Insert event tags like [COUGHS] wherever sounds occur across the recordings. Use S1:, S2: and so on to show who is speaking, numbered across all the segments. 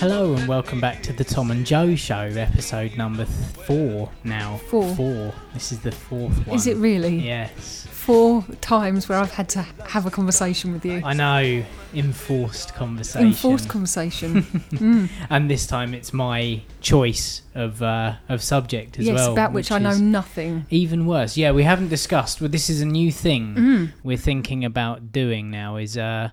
S1: Hello and welcome back to the Tom and Joe Show, episode number th- four now.
S2: Four.
S1: Four. This is the fourth one.
S2: Is it really?
S1: Yes.
S2: Four times where I've had to have a conversation with you.
S1: I know. Enforced conversation.
S2: Enforced conversation. Mm.
S1: and this time it's my choice of uh, of subject [LAUGHS] as
S2: yes,
S1: well.
S2: about which, I know
S1: is
S2: nothing.
S1: Even worse. Yeah, we haven't discussed, but this is a new thing
S2: Mm.
S1: we're thinking about doing now is uh,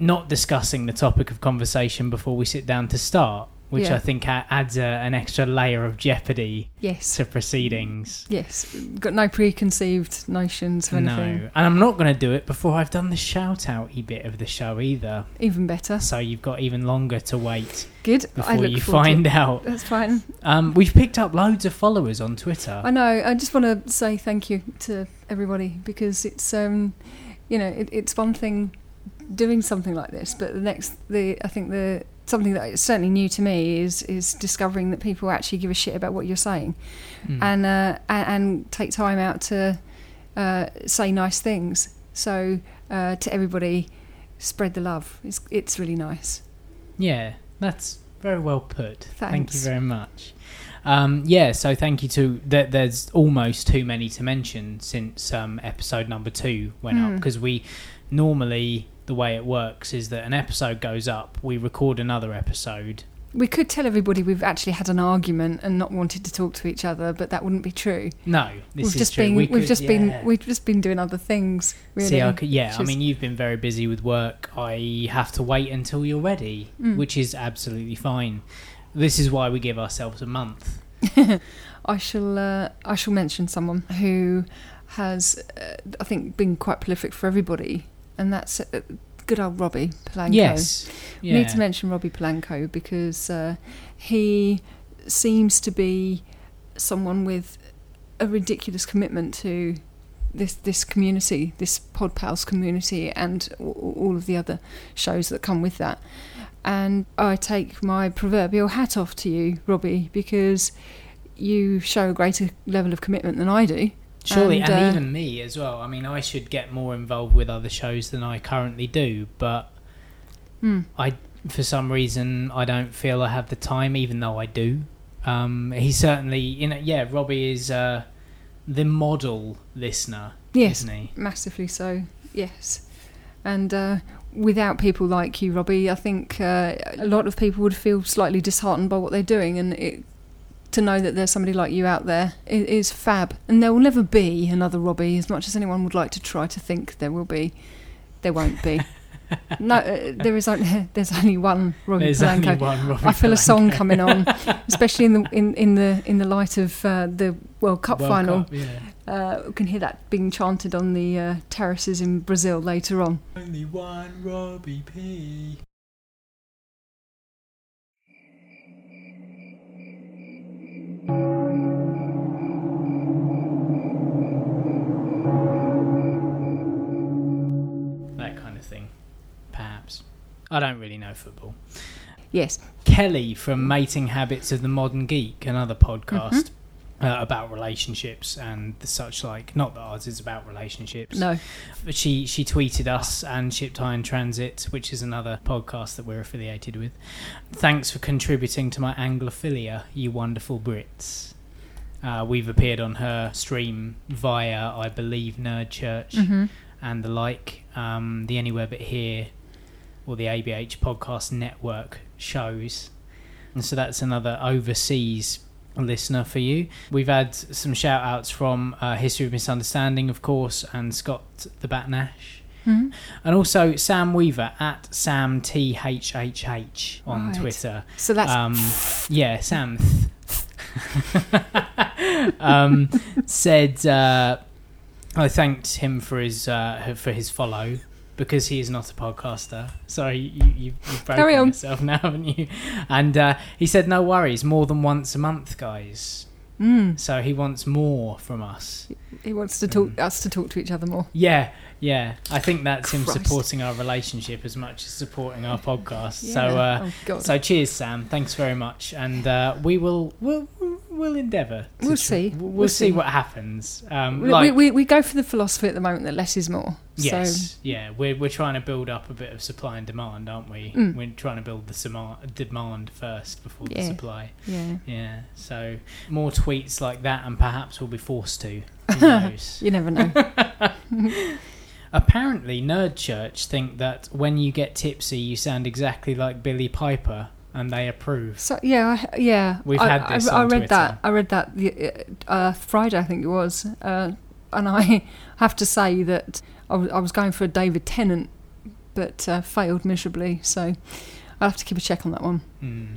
S1: not discussing the topic of conversation before we sit down to start, which
S2: Yeah.
S1: I think a- adds a, an extra layer of jeopardy
S2: Yes.
S1: to proceedings.
S2: Yes. Got no preconceived notions Mm. of
S1: No,
S2: anything.
S1: and I'm not going to do it before I've done the shout outy bit of the show either.
S2: Even better.
S1: So you've got even longer to wait
S2: Good. I
S1: before
S2: look
S1: you
S2: forward to
S1: find
S2: it.
S1: out.
S2: That's fine.
S1: Um, we've picked up loads of followers on Twitter.
S2: I know. I just want to say thank you to everybody because it's, um, you know, it, it's one thing doing something like this, but the next, the I think the something that is certainly new to me is is discovering that people actually give a shit about what you're saying.
S1: Mm.
S2: and uh, and, and take time out to uh, say nice things. So uh, to everybody, spread the love. It's it's really nice.
S1: yeah, that's very well put. Thank you
S2: Thanks.
S1: very much. Um, yeah, so thank you to that. There's almost too many to mention since um, episode number two went up
S2: Mm.
S1: because we normally the way it works is that an episode goes up, we record another episode,
S2: We could tell everybody we've actually had an argument and not wanted to talk to each other, but that wouldn't be true.
S1: No, this
S2: we've
S1: is
S2: just
S1: true.
S2: been
S1: We
S2: have
S1: could-
S2: just
S1: yeah.
S2: been we've just been doing other things. Really.
S1: See, I could, yeah, I
S2: Just-
S1: mean, you've been very busy with work. I have to wait until you're ready,
S2: Mm.
S1: which is absolutely fine. This is why we give ourselves a month.
S2: I shall uh, I shall mention someone who has uh, I think been quite prolific for everybody, and that's uh, good old Robbie Palanco.
S1: Yes, yeah.
S2: Need to mention Robbie Polanco because uh, he seems to be someone with a ridiculous commitment to this this community, this Pod Pals community, and a- all of the other shows that come with that. And I take my proverbial hat off to you, Robbie, because you show a greater level of commitment than I do.
S1: Surely, and,
S2: and, uh,
S1: even me as well. I mean, I should get more involved with other shows than I currently do, but
S2: Hmm.
S1: for some reason, I don't feel I have the time, even though I do. Um, he certainly, you know, yeah, Robbie is uh, the model listener,
S2: Yes,
S1: isn't he?
S2: Massively so, yes. And uh, without people like you, Robbie, I think uh, a lot of people would feel slightly disheartened by what they're doing. And it, to know that there's somebody like you out there i- is fab. And there will never be another Robbie, as much as anyone would like to try to think there will be. There
S1: [LAUGHS]
S2: won't be. no, uh, there is only [LAUGHS] there's only one Robbie
S1: There's
S2: Palanco.
S1: only one Robbie
S2: I feel a
S1: Palanco.
S2: song
S1: [LAUGHS]
S2: coming on, especially in the in, in the in the light of uh, the World Cup
S1: World
S2: final.
S1: Cup, yeah.
S2: Uh, we can hear that being chanted on the uh, terraces in Brazil later on.
S1: Only one Robbie P. That kind of thing, perhaps. I don't really know football.
S2: Yes,
S1: Kelly from Mating Habits of the Modern Geek, another podcast uh, about relationships and such like. Not that ours is about relationships.
S2: no,
S1: But she she tweeted us and Shipped Iron Transit, which is another podcast that we're affiliated with. Thanks for contributing to my Anglophilia, you wonderful Brits. Uh, we've appeared on her stream via, I believe, Nerd Church
S2: Mhm.
S1: and the like. Um, the Anywhere But Here or the ABH Podcast Network shows. And so that's another overseas listener for you. We've had some shout outs from uh, History of Misunderstanding, of course, and Scott the Batnash.
S2: Mhm.
S1: And also Sam Weaver at Sam T H H H on
S2: Right.
S1: Twitter.
S2: So that's
S1: Um, yeah, Sam [LAUGHS] um, said uh, I thanked him for his uh, for his follow because he is not a podcaster. Sorry, you, you, you've broken
S2: Carry on.
S1: yourself [LAUGHS] now, haven't you? And uh, he said, no worries, more than once a month, guys.
S2: Mm.
S1: So he wants more from us.
S2: He wants to
S1: mm.
S2: talk us to talk to each other more.
S1: Yeah, yeah. I think that's him
S2: Christ.
S1: supporting our relationship as much as supporting our podcast.
S2: Yeah.
S1: So, uh,
S2: oh God.
S1: so cheers, Sam. Thanks very much, and uh, we will we'll we'll endeavour. to
S2: We'll
S1: tr-
S2: see.
S1: We'll,
S2: We'll
S1: see.
S2: see.
S1: what happens. Um,
S2: we,
S1: like,
S2: we, we go for the philosophy at the moment that less is more.
S1: yes, yeah. We're we're trying to build up a bit of supply and demand, aren't we?
S2: Mm.
S1: We're trying to build the suma- demand first before the
S2: Yeah.
S1: supply.
S2: So yeah,
S1: Yeah. So more tweets like that, and perhaps we'll be forced
S2: [LAUGHS]
S1: to. Who knows?
S2: you
S1: [LAUGHS]
S2: never know.
S1: Apparently, Nerd Church think that when you get tipsy, you sound exactly like Billy Piper, and they approve.
S2: so yeah, I, yeah.
S1: We've
S2: I,
S1: had this
S2: I, I
S1: on
S2: read that.
S1: Twitter.
S2: I read that the, uh, Friday, I think it was, uh, and I [LAUGHS] have to say that I was- I was going for a David Tennant, but uh, failed miserably. So I'll have to keep a check on that one.
S1: Mm,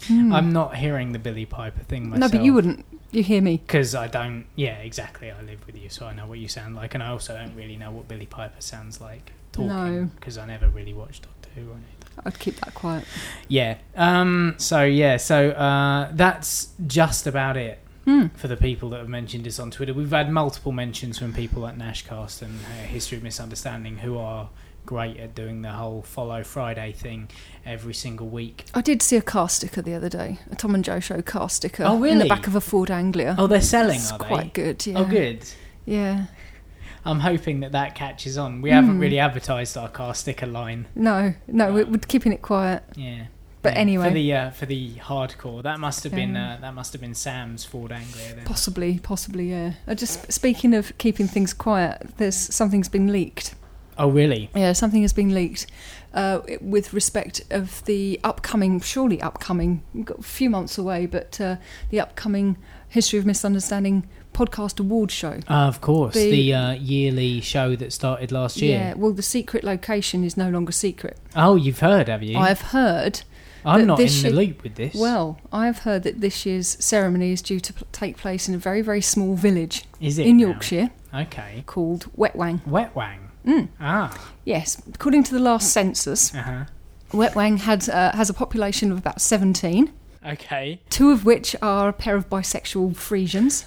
S1: mm.
S2: Hmm.
S1: I'm not hearing the Billy Piper thing
S2: no,
S1: myself.
S2: but you wouldn't. You hear me?
S1: Because I don't. Yeah, exactly. I live with you, so I know what you sound like, and I also don't really know what Billy Piper sounds like talking.
S2: No.
S1: Because I never really watched Doctor Who or anything.
S2: I'd keep that quiet.
S1: Yeah. Um. So yeah. So uh, that's just about it.
S2: Hmm.
S1: for the people that have mentioned us on Twitter. We've had multiple mentions from people at Nashcast and uh, History of Misunderstanding who are great at doing the whole Follow Friday thing every single week.
S2: I did see a car sticker the other day, a Tom and Joe show car sticker
S1: Oh,
S2: in the
S1: really?
S2: back of a Ford Anglia.
S1: Oh, they're selling,
S2: it's
S1: are they?
S2: quite good. Yeah.
S1: Oh, good.
S2: Yeah.
S1: I'm hoping that that catches on. We
S2: Mm.
S1: haven't really advertised our car sticker line.
S2: No, no, we
S1: Um,
S2: we're keeping it quiet.
S1: Yeah.
S2: But
S1: Yeah.
S2: anyway.
S1: for the uh, for the hardcore, that must have been
S2: Yeah.
S1: uh, that must have been Sam's Ford Anglia. Then.
S2: Possibly, possibly, yeah. I just speaking of keeping things quiet, there's something's been leaked.
S1: Oh, really?
S2: Yeah, something has been leaked uh, with respect of the upcoming, surely upcoming, we've got a few months away, but uh, the upcoming History of Misunderstanding podcast award show.
S1: of course, the,
S2: The-
S1: uh, yearly show that started last
S2: Yeah,
S1: year.
S2: well, the secret location is no longer secret.
S1: Oh, you've heard, have you?
S2: I've heard
S1: I'm
S2: But
S1: not in
S2: this
S1: the
S2: should-
S1: loop with this.
S2: Well, I have heard that this year's ceremony is due to pl- take place in a very, very small village
S1: is it
S2: in
S1: now?
S2: Yorkshire
S1: Okay.
S2: called Wetwang.
S1: Wet Wang.
S2: Mm.
S1: Ah.
S2: Yes, according to the last census,
S1: Uh-huh.
S2: Wetwang had, uh, has a population of about 17,
S1: Okay.
S2: two of which are a pair of bisexual Frisians.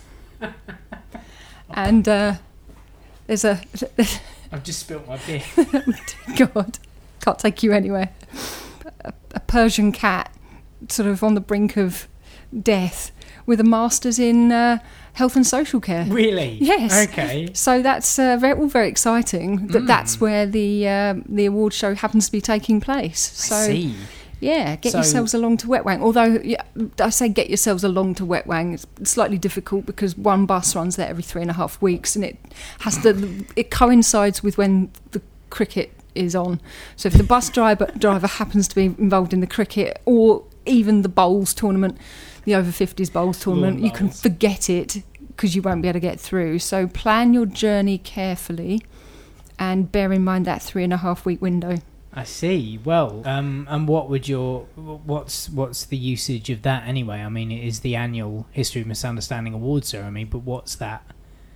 S2: and uh, there's a.
S1: I've just spilt my beer. [LAUGHS]
S2: [LAUGHS] God, can't take you anywhere. A, a Persian cat, sort of on the brink of death, with a master's in uh, health and social care.
S1: really?
S2: Yes.
S1: Okay.
S2: So that's uh, very, all very exciting.
S1: Hmm.
S2: That that's where the um, the award show happens to be taking place. [LAUGHS] So
S1: I see.
S2: yeah, get
S1: So-
S2: yourselves along to Wet Wang. Although yeah, I say get yourselves along to Wet Wang, it's slightly difficult because one bus runs there every three and a half weeks, and it has to it coincides with when the cricket is on. So if the bus driver driver happens to be involved in the cricket or even the bowls tournament, the over 50s bowls tournament,
S1: Lawn
S2: you can
S1: bowls.
S2: forget it because you won't be able to get through. So plan your journey carefully. And bear in mind that three and a half week window.
S1: I see. Well, um, and what would your what's what's the usage of that anyway? I mean, it is the annual History of Misunderstanding Award ceremony, but what's that?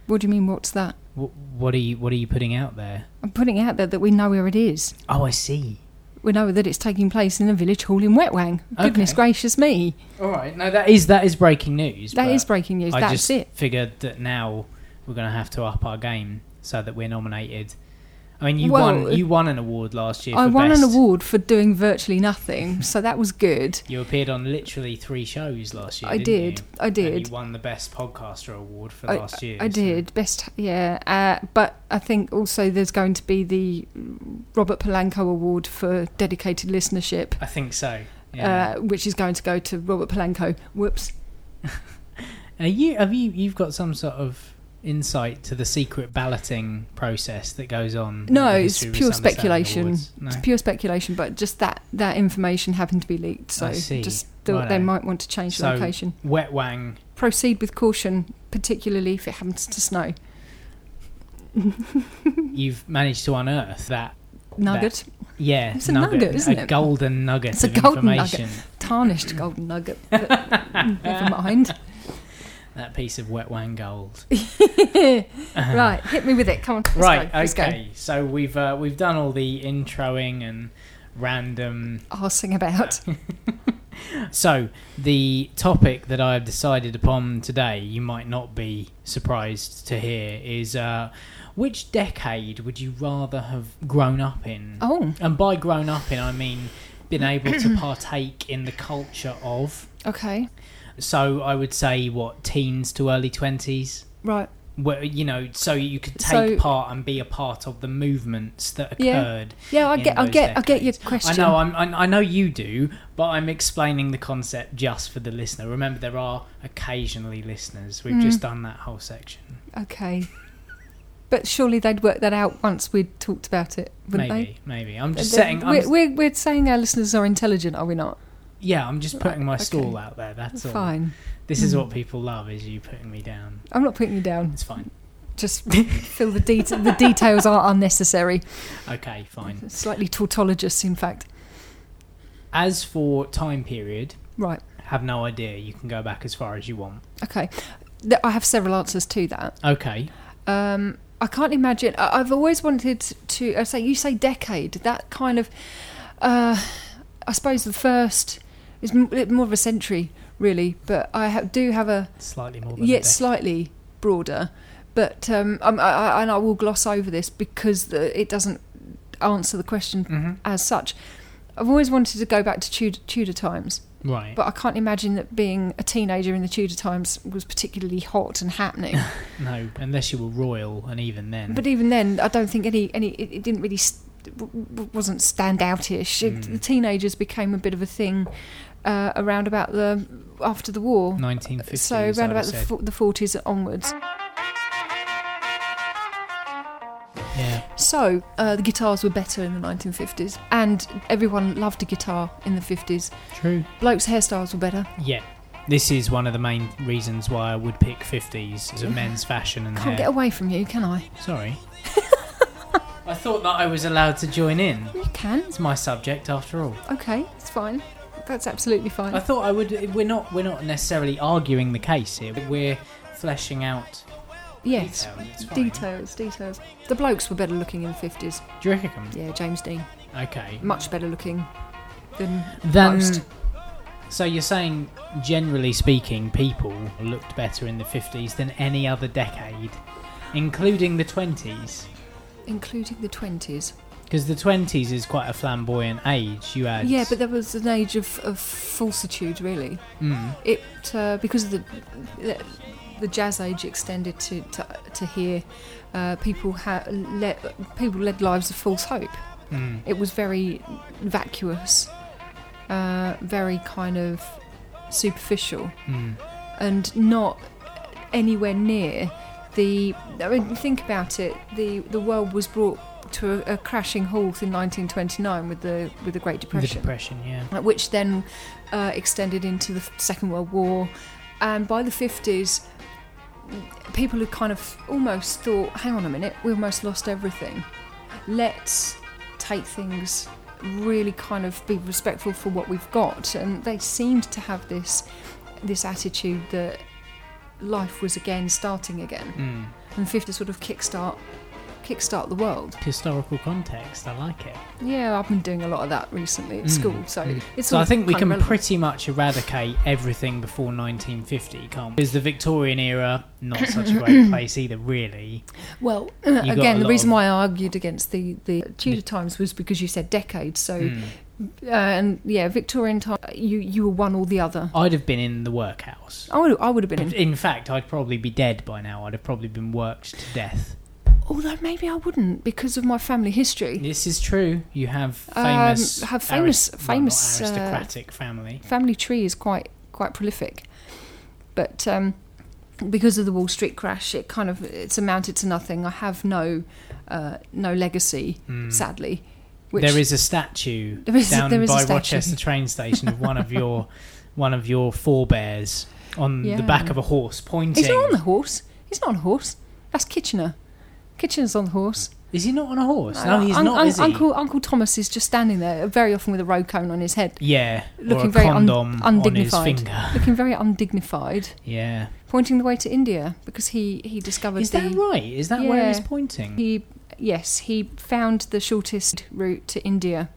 S2: What do you mean? What's that?
S1: What, what are you what are you putting out there?
S2: I'm putting it out there that we know where it is.
S1: Oh, I see.
S2: We know that it's taking place in a village hall in Wetwang. Goodness
S1: Okay.
S2: gracious me.
S1: All right. No, that is that is breaking news.
S2: that
S1: but
S2: is breaking news.
S1: I
S2: That's
S1: just
S2: it.
S1: figured that now we're going to have to up our game so that we're nominated. I mean, you
S2: Well,
S1: won you won an award last year.
S2: I
S1: for
S2: won
S1: best.
S2: an award for doing virtually
S1: [LAUGHS]
S2: nothing, so that was good.
S1: You appeared on literally three shows last year.
S2: I
S1: didn't
S2: did.
S1: you?
S2: I
S1: And
S2: did.
S1: you won the best podcaster award for
S2: I-
S1: last year.
S2: I
S1: so-
S2: did. Best, yeah. Uh, but I think also there's going to be the Robert Polanco Award for dedicated listenership,
S1: I think so. Yeah.
S2: uh, which is going to go to Robert Polanco. Whoops. Uh,
S1: Are you have you you've got some sort of insight to the secret balloting process that goes on? at
S2: No,
S1: the
S2: it's
S1: History of
S2: pure
S1: Misunderstanding
S2: speculation.
S1: Awards? No.
S2: It's pure speculation, but just that, that information happened to be leaked, so
S1: I see.
S2: just thought
S1: Righto.
S2: they might want to change the
S1: So-
S2: location.
S1: Wet Wang.
S2: proceed with caution, particularly if it happens to snow.
S1: You've managed to unearth that
S2: Nugget,
S1: Yeah,
S2: It's a nugget, isn't
S1: a
S2: it?
S1: golden nugget
S2: It's a
S1: of
S2: golden
S1: [LAUGHS]
S2: nugget.
S1: information. [LAUGHS]
S2: tarnished golden nugget. but never mind.
S1: that piece of wet wang gold.
S2: right, hit me with it. Come on. Let's
S1: right.
S2: Go. Let's
S1: okay. So we've uh, we've done all the introing and random.
S2: Go. Arsing
S1: [LAUGHS]
S2: about.
S1: So the topic that I have decided upon today, you might not be surprised to hear, is uh, which decade would you rather have grown up in?
S2: Oh,
S1: And by grown up in, I mean been able
S2: [CLEARS THROAT]
S1: to partake in the culture of.
S2: okay.
S1: So I would say what teens to early twenties.
S2: Right.
S1: Where, you know, so you could
S2: So-
S1: take part and be a part of the movements that
S2: Yeah.
S1: occurred.
S2: Yeah, I
S1: In
S2: get, I
S1: those
S2: get, I get your
S1: decades.
S2: question.
S1: I know, I'm, I, I know you do, but I'm explaining the concept just for the listener. Remember, there are occasionally listeners. We've
S2: Mm.
S1: just done that whole section.
S2: Okay. But surely they'd work that out once we'd talked about it, wouldn't
S1: maybe,
S2: they?
S1: maybe. I'm just
S2: They're-
S1: setting. I'm,
S2: We're, we're, we're saying our listeners are intelligent, are we not?
S1: yeah, I'm just putting my
S2: Okay.
S1: stall out there. That's all.
S2: Fine.
S1: This is
S2: Mm.
S1: what people love: is you putting me down.
S2: I'm not putting you down.
S1: It's fine.
S2: Just [LAUGHS] feel the det- the details are unnecessary.
S1: Okay, fine.
S2: Slightly tautologist, in fact.
S1: As for time period,
S2: Right.
S1: have no idea. You can go back as far as you want.
S2: Okay. Th- I have several answers to that.
S1: Okay.
S2: Um, I can't imagine. I- I've always wanted to. I say you say decade. That kind of. Uh, I suppose the first is m- more of a century, really. But I ha- do have a
S1: Slightly more than a
S2: yet
S1: decade.
S2: slightly broader. But um, I'm, I, I, and I will gloss over this because the, it doesn't answer the question
S1: Mhm.
S2: as such. I've always wanted to go back to Tudor, Tudor times,
S1: Right.
S2: but I can't imagine that being a teenager in the Tudor times was particularly hot and happening.
S1: no, unless you were royal, and even then.
S2: but even then, I don't think any any it, it didn't really st- w- w- wasn't standoutish. It,
S1: Mm.
S2: The teenagers became a bit of a thing uh, around about the after the war.
S1: 1950s.
S2: uh, so
S1: I
S2: around
S1: would
S2: about the,
S1: say.
S2: fo- the 40s onwards.
S1: Yeah.
S2: So, uh, the guitars were better in the 1950s, and everyone loved a guitar in the 50s.
S1: True.
S2: Blokes' hairstyles were better.
S1: Yeah. This is one of the main reasons why I would pick 50s as a men's fashion and
S2: Can't
S1: hair.
S2: get away from you, can I? [LAUGHS]
S1: Sorry. I thought that I was allowed to join in.
S2: You can.
S1: It's my subject after all.
S2: Okay, it's fine. That's absolutely
S1: I
S2: fine.
S1: thought I would we're not we're not necessarily arguing the case here. We're fleshing out
S2: Yes.
S1: details. It's fine.
S2: Details, details. The blokes were better looking in the 50s.
S1: Do you reckon?
S2: Yeah, James Dean.
S1: Okay.
S2: Much better looking than.
S1: Then
S2: Most.
S1: So you're saying generally speaking people looked better in the 50s than any other decade, including the 20s.
S2: including the 20s.
S1: Because the twenties is quite a flamboyant age. You add,
S2: Yeah, but there was an age of, of falsitude, really.
S1: Mm.
S2: it uh, because of the, the the jazz age extended to to, to here. Uh, people ha- led people led lives of false hope.
S1: Mm.
S2: It was very vacuous, uh, very kind of superficial,
S1: Mm.
S2: and not anywhere near the. I mean, think about it. the The world was brought to a, a crashing halt in 1929 with the with the Great
S1: the
S2: Depression
S1: depression. Yeah,
S2: uh, which then uh, extended into the Second World War. And by the 50s, people had kind of almost thought, hang on a minute, we almost lost everything. Let's take things really kind of be respectful for what we've got. And they seemed to have this this attitude that life was again starting again.
S1: mm.
S2: And 50 sort of kickstart kickstart the world.
S1: historical context. I like it.
S2: Yeah, I've been doing a lot of that recently at
S1: Mm,
S2: school. So
S1: mm.
S2: it's
S1: So
S2: all
S1: I think we
S2: kind
S1: can
S2: of relevant.
S1: pretty much eradicate everything before 1950, can't we? Because the Victorian era, not such a
S2: [COUGHS]
S1: great place either, really.
S2: Well, [CLEARS THROAT]
S1: got a
S2: again, the
S1: lot
S2: reason
S1: of-
S2: why I argued against the, the Tudor times was because you said decades. So,
S1: Mm.
S2: uh, and yeah, Victorian time, you, you were one or the other.
S1: I'd have been in the workhouse.
S2: I would, I would have been in.
S1: In fact, I'd probably be dead by now. I'd have probably been worked to death.
S2: Although maybe I wouldn't because of my family history.
S1: This is true. You have
S2: Um,
S1: famous,
S2: have famous-
S1: well, not
S2: famous, uh,
S1: aristocratic family.
S2: Family tree is quite quite prolific, but um, because of the Wall Street crash, it kind of it's amounted to nothing. I have no uh, no legacy,
S1: Mm.
S2: sadly. Which
S1: there is a statue
S2: [LAUGHS] There is-
S1: down
S2: there is a
S1: by
S2: statue.
S1: Rochester train station of one of
S2: [LAUGHS]
S1: your one of your forebears on
S2: Yeah.
S1: the back of a horse pointing.
S2: he's not on the horse. He's not on a horse. That's Kitchener. Kitchener's on the horse.
S1: Is he not on a horse?
S2: Uh,
S1: No, he's
S2: un-
S1: not.
S2: un-
S1: is he?
S2: Uncle Uncle Thomas is just standing there, very often with a road cone on his head,
S1: Yeah, or
S2: Looking
S1: a
S2: very un-
S1: condom on
S2: undignified.
S1: his finger.
S2: looking very undignified,
S1: Yeah,
S2: pointing the way to India because he he discovered
S1: is
S2: the
S1: that right? Is that where he's
S2: Yeah.
S1: pointing?
S2: he yes he found the shortest route to India.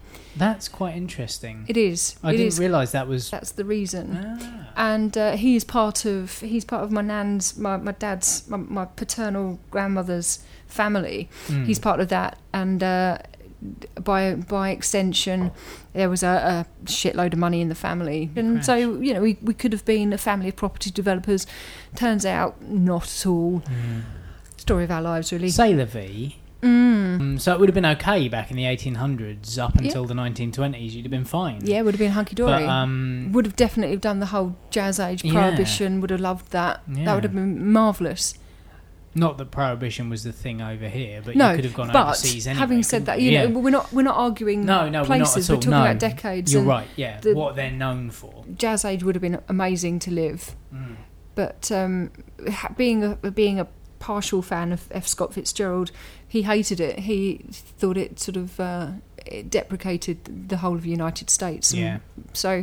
S1: That's quite interesting.
S2: It is
S1: I
S2: it
S1: didn't
S2: is-
S1: realise that was.
S2: that's the reason.
S1: Ah.
S2: and uh, he is part of he's part of my nan's my, my dad's my, my paternal grandmother's family
S1: Mm.
S2: he's part of that and uh, by by extension there was a, a shitload of money in the family and so you know we, we could have been a family of property developers turns out not at all
S1: Mm.
S2: story of our lives really
S1: Sailor V.
S2: mm.
S1: Um, so it would have been okay back in the 1800s up
S2: Yeah.
S1: until the 1920s. You'd have been fine.
S2: yeah would have been
S1: But
S2: hunky-dory
S1: um,
S2: would have definitely have done the whole jazz age
S1: Yeah.
S2: prohibition would have loved that
S1: Yeah.
S2: that would have been marvelous
S1: not that prohibition was the thing over here, but
S2: no,
S1: you could have gone
S2: but
S1: overseas anyway.
S2: having said
S1: couldn't
S2: that, you
S1: Yeah.
S2: know, we're not we're not arguing
S1: No, no, we're not
S2: places.
S1: at
S2: We're,
S1: all,
S2: talking
S1: no.
S2: about decades.
S1: you're
S2: and
S1: right. Yeah,
S2: the-
S1: what they're known for.
S2: Jazz age would have been amazing to live,
S1: Mm.
S2: but um, ha- being a being a partial fan of F. Scott Fitzgerald, he hated it. He thought it sort of uh, it deprecated the whole of the United States. and
S1: Yeah.
S2: So,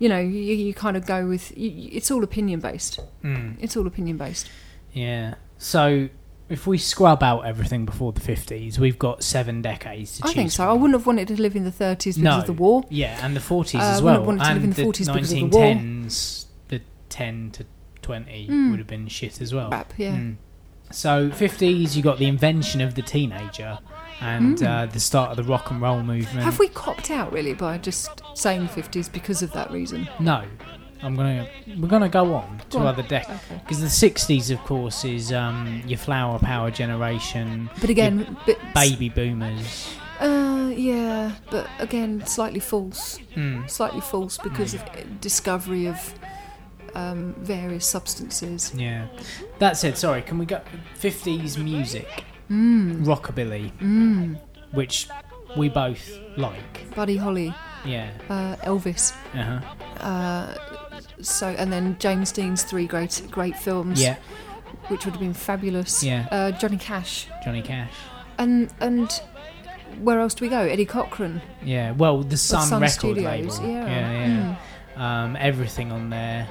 S2: you know, you, you kind of go with you, you- it's all opinion based.
S1: Mm.
S2: It's all opinion based.
S1: Yeah. So if we scrub out everything before the 50s, we've got seven decades to
S2: I
S1: choose
S2: think so.
S1: from.
S2: I wouldn't have wanted to live in the 30s because
S1: No.
S2: of the war.
S1: Yeah, and the 40s
S2: Uh,
S1: as
S2: I wouldn't
S1: well.
S2: have wanted to
S1: and
S2: live in the 40s because of the war.
S1: 1910s, the 10 to 20
S2: Mm.
S1: would have been shit as well.
S2: Crap, yeah.
S1: Mm. So, 50s, you got the invention of the teenager and uh, the start of the rock and roll movement.
S2: Mm. Have we copped out really by just saying 50s because of that reason?
S1: No. I'm gonna. We're gonna go on to
S2: Go on.
S1: other decades
S2: Okay.
S1: because the '60s, of course, is um, your flower power generation,
S2: But again, bit,
S1: baby boomers.
S2: Uh, yeah, but again, slightly false.
S1: Mm.
S2: Slightly false because of discovery of um, various substances.
S1: Yeah, that's it. Sorry, can we go '50s music, Hmm.
S2: Mmm,
S1: rockabilly,
S2: mmm.
S1: which we both like.
S2: Buddy Holly,
S1: Yeah.
S2: uh, Elvis.
S1: Uh huh.
S2: Uh, so, and then James Dean's three great great films,
S1: Yeah.
S2: which would have been fabulous.
S1: Yeah.
S2: Uh, Johnny Cash.
S1: Johnny Cash.
S2: And, and where else do we go? Eddie Cochran.
S1: Yeah. Well, the
S2: The
S1: Sun,
S2: Sun
S1: record
S2: Studios,
S1: label.
S2: yeah. Hmm.
S1: Yeah. yeah. Um, everything on there,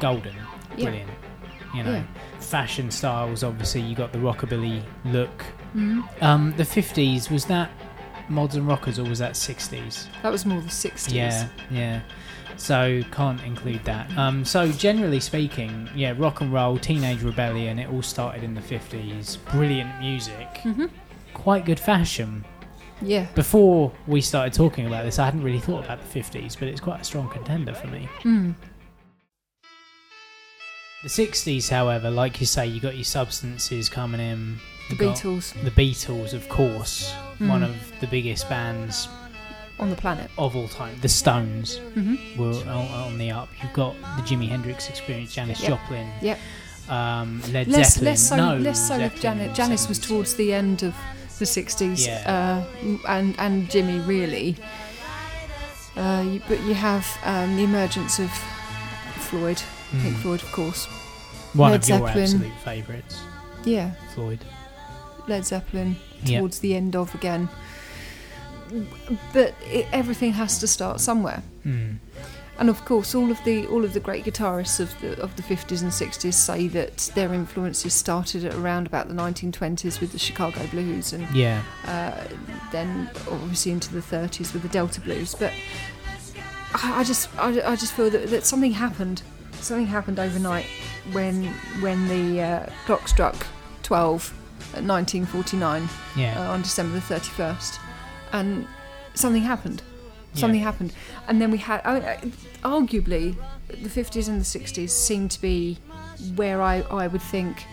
S1: golden,
S2: Yeah.
S1: brilliant. You know, fashion styles. Obviously, you got the rockabilly look.
S2: Mm.
S1: Um, the '50s was that modern rockers or was that '60s?
S2: That was more the 60s.
S1: Yeah, yeah. So can't include that. Um, so generally speaking, yeah, rock and roll, teenage rebellion, it all started in the fifties. Brilliant music,
S2: hmm
S1: quite good fashion.
S2: Yeah.
S1: Before we started talking about this, I hadn't really thought about the fifties, but it's quite a strong contender for me.
S2: Mm.
S1: The sixties, however, like you say, you got your substances coming in.
S2: The
S1: You got
S2: Beatles
S1: The Beatles, of course, one
S2: Mm.
S1: of the biggest bands
S2: on the planet.
S1: of all time. The Stones.
S2: hmm
S1: were on, on the up. You've got the Jimi Hendrix experience, Janis
S2: Yep.
S1: Joplin,
S2: Yep.
S1: um, Led
S2: Less,
S1: Zeppelin.
S2: less so.
S1: no,
S2: less so with
S1: Zeppelin
S2: Janet. Janis was
S1: 70s.
S2: towards the end of the sixties,
S1: Yeah.
S2: uh, and and Jimmy really. Uh, you, but you have um, the emergence of Floyd, Pink
S1: Mm.
S2: Floyd, of course.
S1: One
S2: Led
S1: of your
S2: Zeppelin.
S1: absolute favourites,
S2: Yeah,
S1: Floyd.
S2: Led Zeppelin
S1: Yeah.
S2: towards the end of again. But it, everything has to start somewhere.
S1: Mm.
S2: And of course, all of the all of the great guitarists of the of the 50s and 60s say that their influences started at around about the 1920s with the Chicago blues, and
S1: Yeah,
S2: uh, then obviously into the 30s with the Delta blues. But I, I just I, I just feel that, that something happened, something happened overnight when when the uh, clock struck 12 at 1949 uh,
S1: yeah,
S2: on December the 31st, and something happened
S1: yeah.
S2: something happened and then we had I mean, uh, arguably the 50s and the 60s seem to be where I, I would think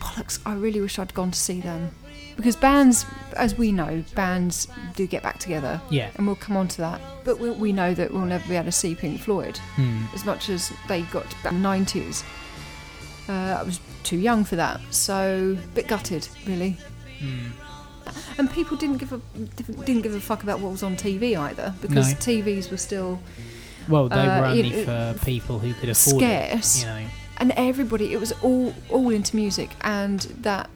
S2: bollocks i really wish i'd gone to see them because bands as we know bands do get back together
S1: Yeah, Hmm.
S2: and we'll come on to that but we, we know that we'll never be able to see pink floyd
S1: mm.
S2: as much as they got back in the 90s uh, i was too young for that so a bit gutted really
S1: Mm.
S2: and people didn't give a didn't give a fuck about what was on tv either because
S1: No.
S2: tvs were still
S1: Well, they
S2: Uh,
S1: were only
S2: you-
S1: for people who could afford
S2: scarce
S1: it. You know,
S2: and everybody it was all all into music and that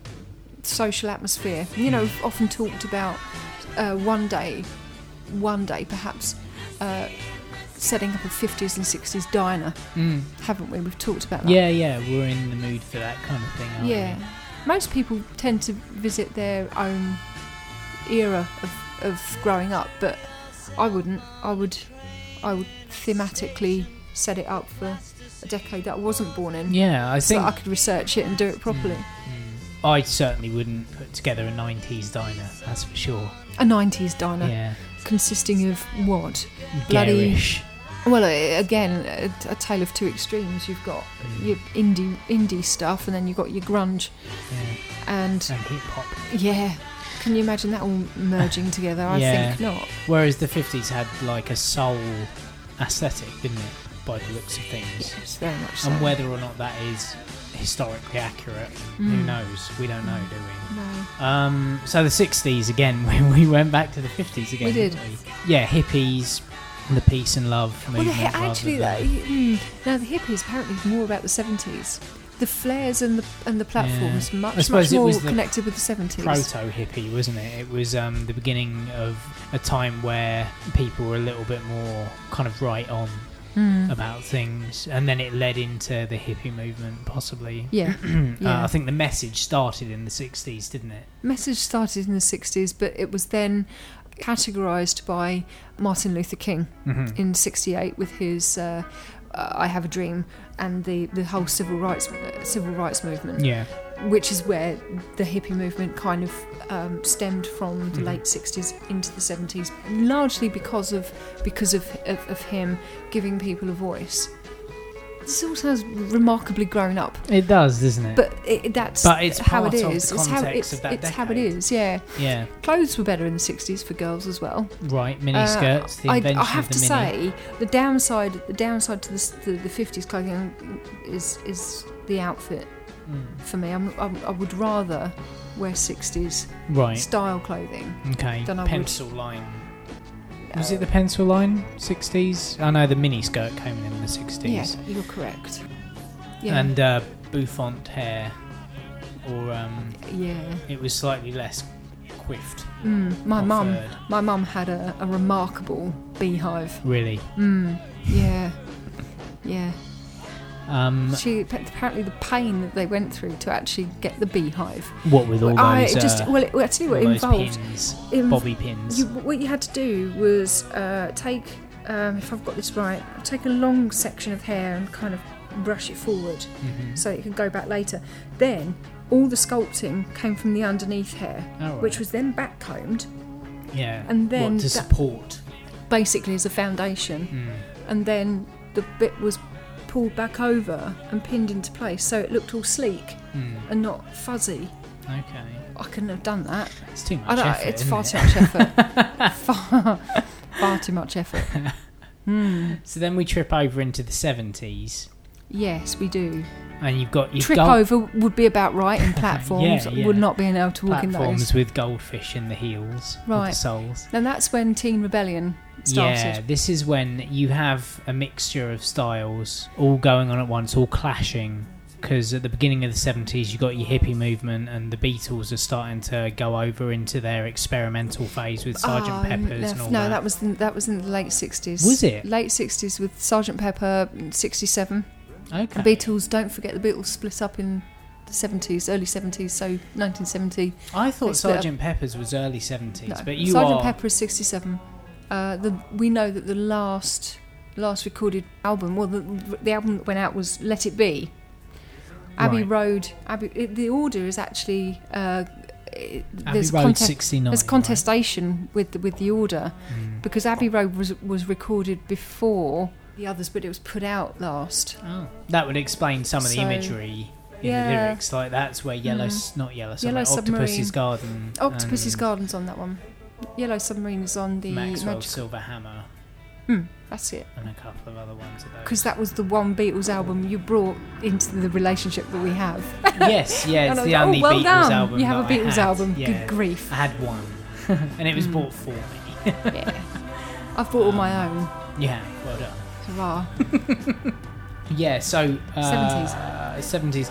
S2: social atmosphere. You know, often talked about uh, one day, one day perhaps uh, setting up a 50s and 60s diner,
S1: Mm.
S2: haven't we? We've talked about that.
S1: Yeah, yeah, we're in the mood for that kind of thing. Aren't
S2: Yeah. Most people tend to visit their own era of, of growing up, but I wouldn't. I would I would thematically set it up for a decade that I wasn't born in.
S1: we? Yeah, I
S2: so
S1: think
S2: that I could research it and do it properly.
S1: Mm. I certainly wouldn't put together a 90s diner, that's for sure.
S2: A 90s diner
S1: Yeah.
S2: consisting of what? Bloody-
S1: Garish.
S2: Well, a- again, a, a tale of two extremes. You've got
S1: Mm.
S2: your indie indie stuff, and then you've got your grunge.
S1: Yeah.
S2: And
S1: And hip hop.
S2: yeah, can you imagine that all merging together? I
S1: Yeah.
S2: think not.
S1: Whereas the 50s had like a soul aesthetic, didn't it? By the looks of things.
S2: Yes, very much so.
S1: And whether or not that is historically accurate, who
S2: Mm.
S1: knows? We don't know, do we?
S2: No.
S1: Um, so the 60s again, [LAUGHS] when we went back to the 50s again.
S2: We did.
S1: didn't we? Yeah, hippies, the peace and love
S2: Well, the
S1: movement.
S2: hi-
S1: rather
S2: actually,
S1: than-
S2: that, mm, now the hippies apparently is more about the seventies. The flares and the and the platforms much
S1: suppose
S2: much
S1: it
S2: more
S1: was the
S2: connected with the seventies.
S1: proto hippie, wasn't it? It was um, the beginning of a time where people were a little bit more kind of right on
S2: Mm. Mm-hmm.
S1: about things, and then it led into the hippie movement, possibly.
S2: Yeah,
S1: [CLEARS THROAT] Uh,
S2: yeah.
S1: I think the message started in the 60s, didn't it?
S2: message started in the sixties, but it was then categorized by Martin Luther King
S1: Mm-hmm.
S2: in '68 with his uh, uh, "I Have a Dream" and the the whole civil rights uh, civil rights movement.
S1: Yeah.
S2: which is where the hippie movement kind of um, stemmed from the
S1: Mhm.
S2: late 60s into the 70s, largely because of because of, of, of him giving people a voice. This all sounds remarkably grown up,
S1: It does, doesn't it?
S2: but it, that's
S1: But it's
S2: how
S1: part
S2: it
S1: of the
S2: is. it's how
S1: context
S2: it's,
S1: of that
S2: it's how it
S1: decade.
S2: is. Yeah,
S1: yeah.
S2: clothes were better in the 60s for girls as well.
S1: Right, mini
S2: Uh,
S1: skirts, the
S2: I,
S1: invention
S2: I have
S1: of the
S2: to
S1: mini.
S2: say, the downside the downside to this, the, the 50s clothing is is the outfit
S1: Mm.
S2: for me. I'm, I'm, I would rather wear 60s
S1: Right.
S2: style clothing. Uh,
S1: Okay.
S2: Then I would-
S1: Pencil line. Was it the
S2: Oh.
S1: pencil line? 60s? I know the mini skirt came in in the 60s.
S2: Yeah, you're correct. Yeah.
S1: And uh, bouffant hair, or um,
S2: yeah.
S1: it was slightly less quiffed.
S2: Mm, my
S1: or
S2: mum,
S1: furred,
S2: my mum had a, a remarkable beehive.
S1: Really.
S2: Mm, yeah. Yeah.
S1: Um,
S2: She apparently the pain that they went through to actually get the beehive.
S1: what with all those,
S2: I just
S1: uh,
S2: well, it, well, I tell you what
S1: all
S2: it
S1: those
S2: involved.
S1: pins,
S2: Inv-
S1: bobby pins.
S2: you, what you had to do was uh, take, um, if I've got this right, take a long section of hair and kind of brush it forward.
S1: Mhm.
S2: so it could go back later. Then all the sculpting came from the underneath hair,
S1: All right.
S2: which was then back combed,
S1: yeah.
S2: and then
S1: what to
S2: that-
S1: support.
S2: basically as a foundation,
S1: Mm.
S2: and then the bit was pulled back over and pinned into place so it looked all sleek
S1: Mm.
S2: and not fuzzy.
S1: Okay.
S2: I couldn't have done that.
S1: It's too much
S2: I don't,
S1: effort.
S2: it's
S1: isn't
S2: far
S1: it?
S2: too much effort.
S1: [LAUGHS]
S2: far, far too much effort. Hmm.
S1: So then we trip over into the 70s,
S2: Yes, we do.
S1: and you've got your
S2: Trip
S1: gold
S2: over would be about
S1: [LAUGHS]
S2: right in platforms.
S1: yeah.
S2: Would not be able to walk in those.
S1: platforms with goldfish in the heels, or the
S2: Right.
S1: soles.
S2: And that's when Teen Rebellion started.
S1: Yeah, this is when you have a mixture of styles all going on at once, all clashing. Because at the beginning of the 70s, you got your hippie movement, and the Beatles are starting to go over into their experimental phase with Sgt.
S2: Oh,
S1: Peppers
S2: no,
S1: and all
S2: no,
S1: that.
S2: that was in, that was in the late sixties.
S1: Was it?
S2: late sixties with Sergeant Pepper sixty-seven?
S1: okay.
S2: The Beatles. Don't forget the Beatles split up in the seventies, early seventies. So nineteen seventy.
S1: I thought
S2: they split up.
S1: Sgt. Peppers was early 70s,
S2: No,
S1: but you
S2: Sergeant
S1: are.
S2: Pepper is sixty-seven. Uh, the, we know that the last last recorded album, well, the, the album that went out was Let It Be. Abbey
S1: Right.
S2: Road. Abbey. It, the order is actually. Uh, it,
S1: Abbey
S2: there's
S1: Road
S2: contest,
S1: 69.
S2: there's
S1: right?
S2: contestation with the, with the order.
S1: Mm.
S2: because Abbey Road was was recorded before the others, but it was put out last.
S1: Oh, that would explain some of the
S2: So-
S1: imagery in the
S2: Yeah. Mm.
S1: lyrics. Like that's where yellow, s not yellow,
S2: Yellow
S1: submarine, octopus's
S2: Submarine.
S1: garden,
S2: Octopus's
S1: and
S2: Garden's on that one. Yellow Submarine is on the
S1: Maxwell's
S2: Magic-
S1: silver hammer,
S2: Hmm, that's it.
S1: and a couple of other ones of those.
S2: Because that was the one Beatles album you brought into the relationship that we have.
S1: [LAUGHS]
S2: [LAUGHS]
S1: yes, yeah,
S2: And
S1: it's
S2: I
S1: the
S2: was like,
S1: only
S2: oh, well
S1: Beatles
S2: done.
S1: album.
S2: You have
S1: that
S2: a
S1: I
S2: Beatles
S1: had.
S2: album.
S1: Yeah,
S2: Good grief.
S1: I [LAUGHS] had
S2: [LAUGHS]
S1: one, and it was
S2: Mm.
S1: bought for me. [LAUGHS]
S2: yeah. [LAUGHS] I've bought all my own.
S1: Yeah, well done. [LAUGHS]
S2: Hurrah.
S1: Yeah, so uh, seventies, seventies,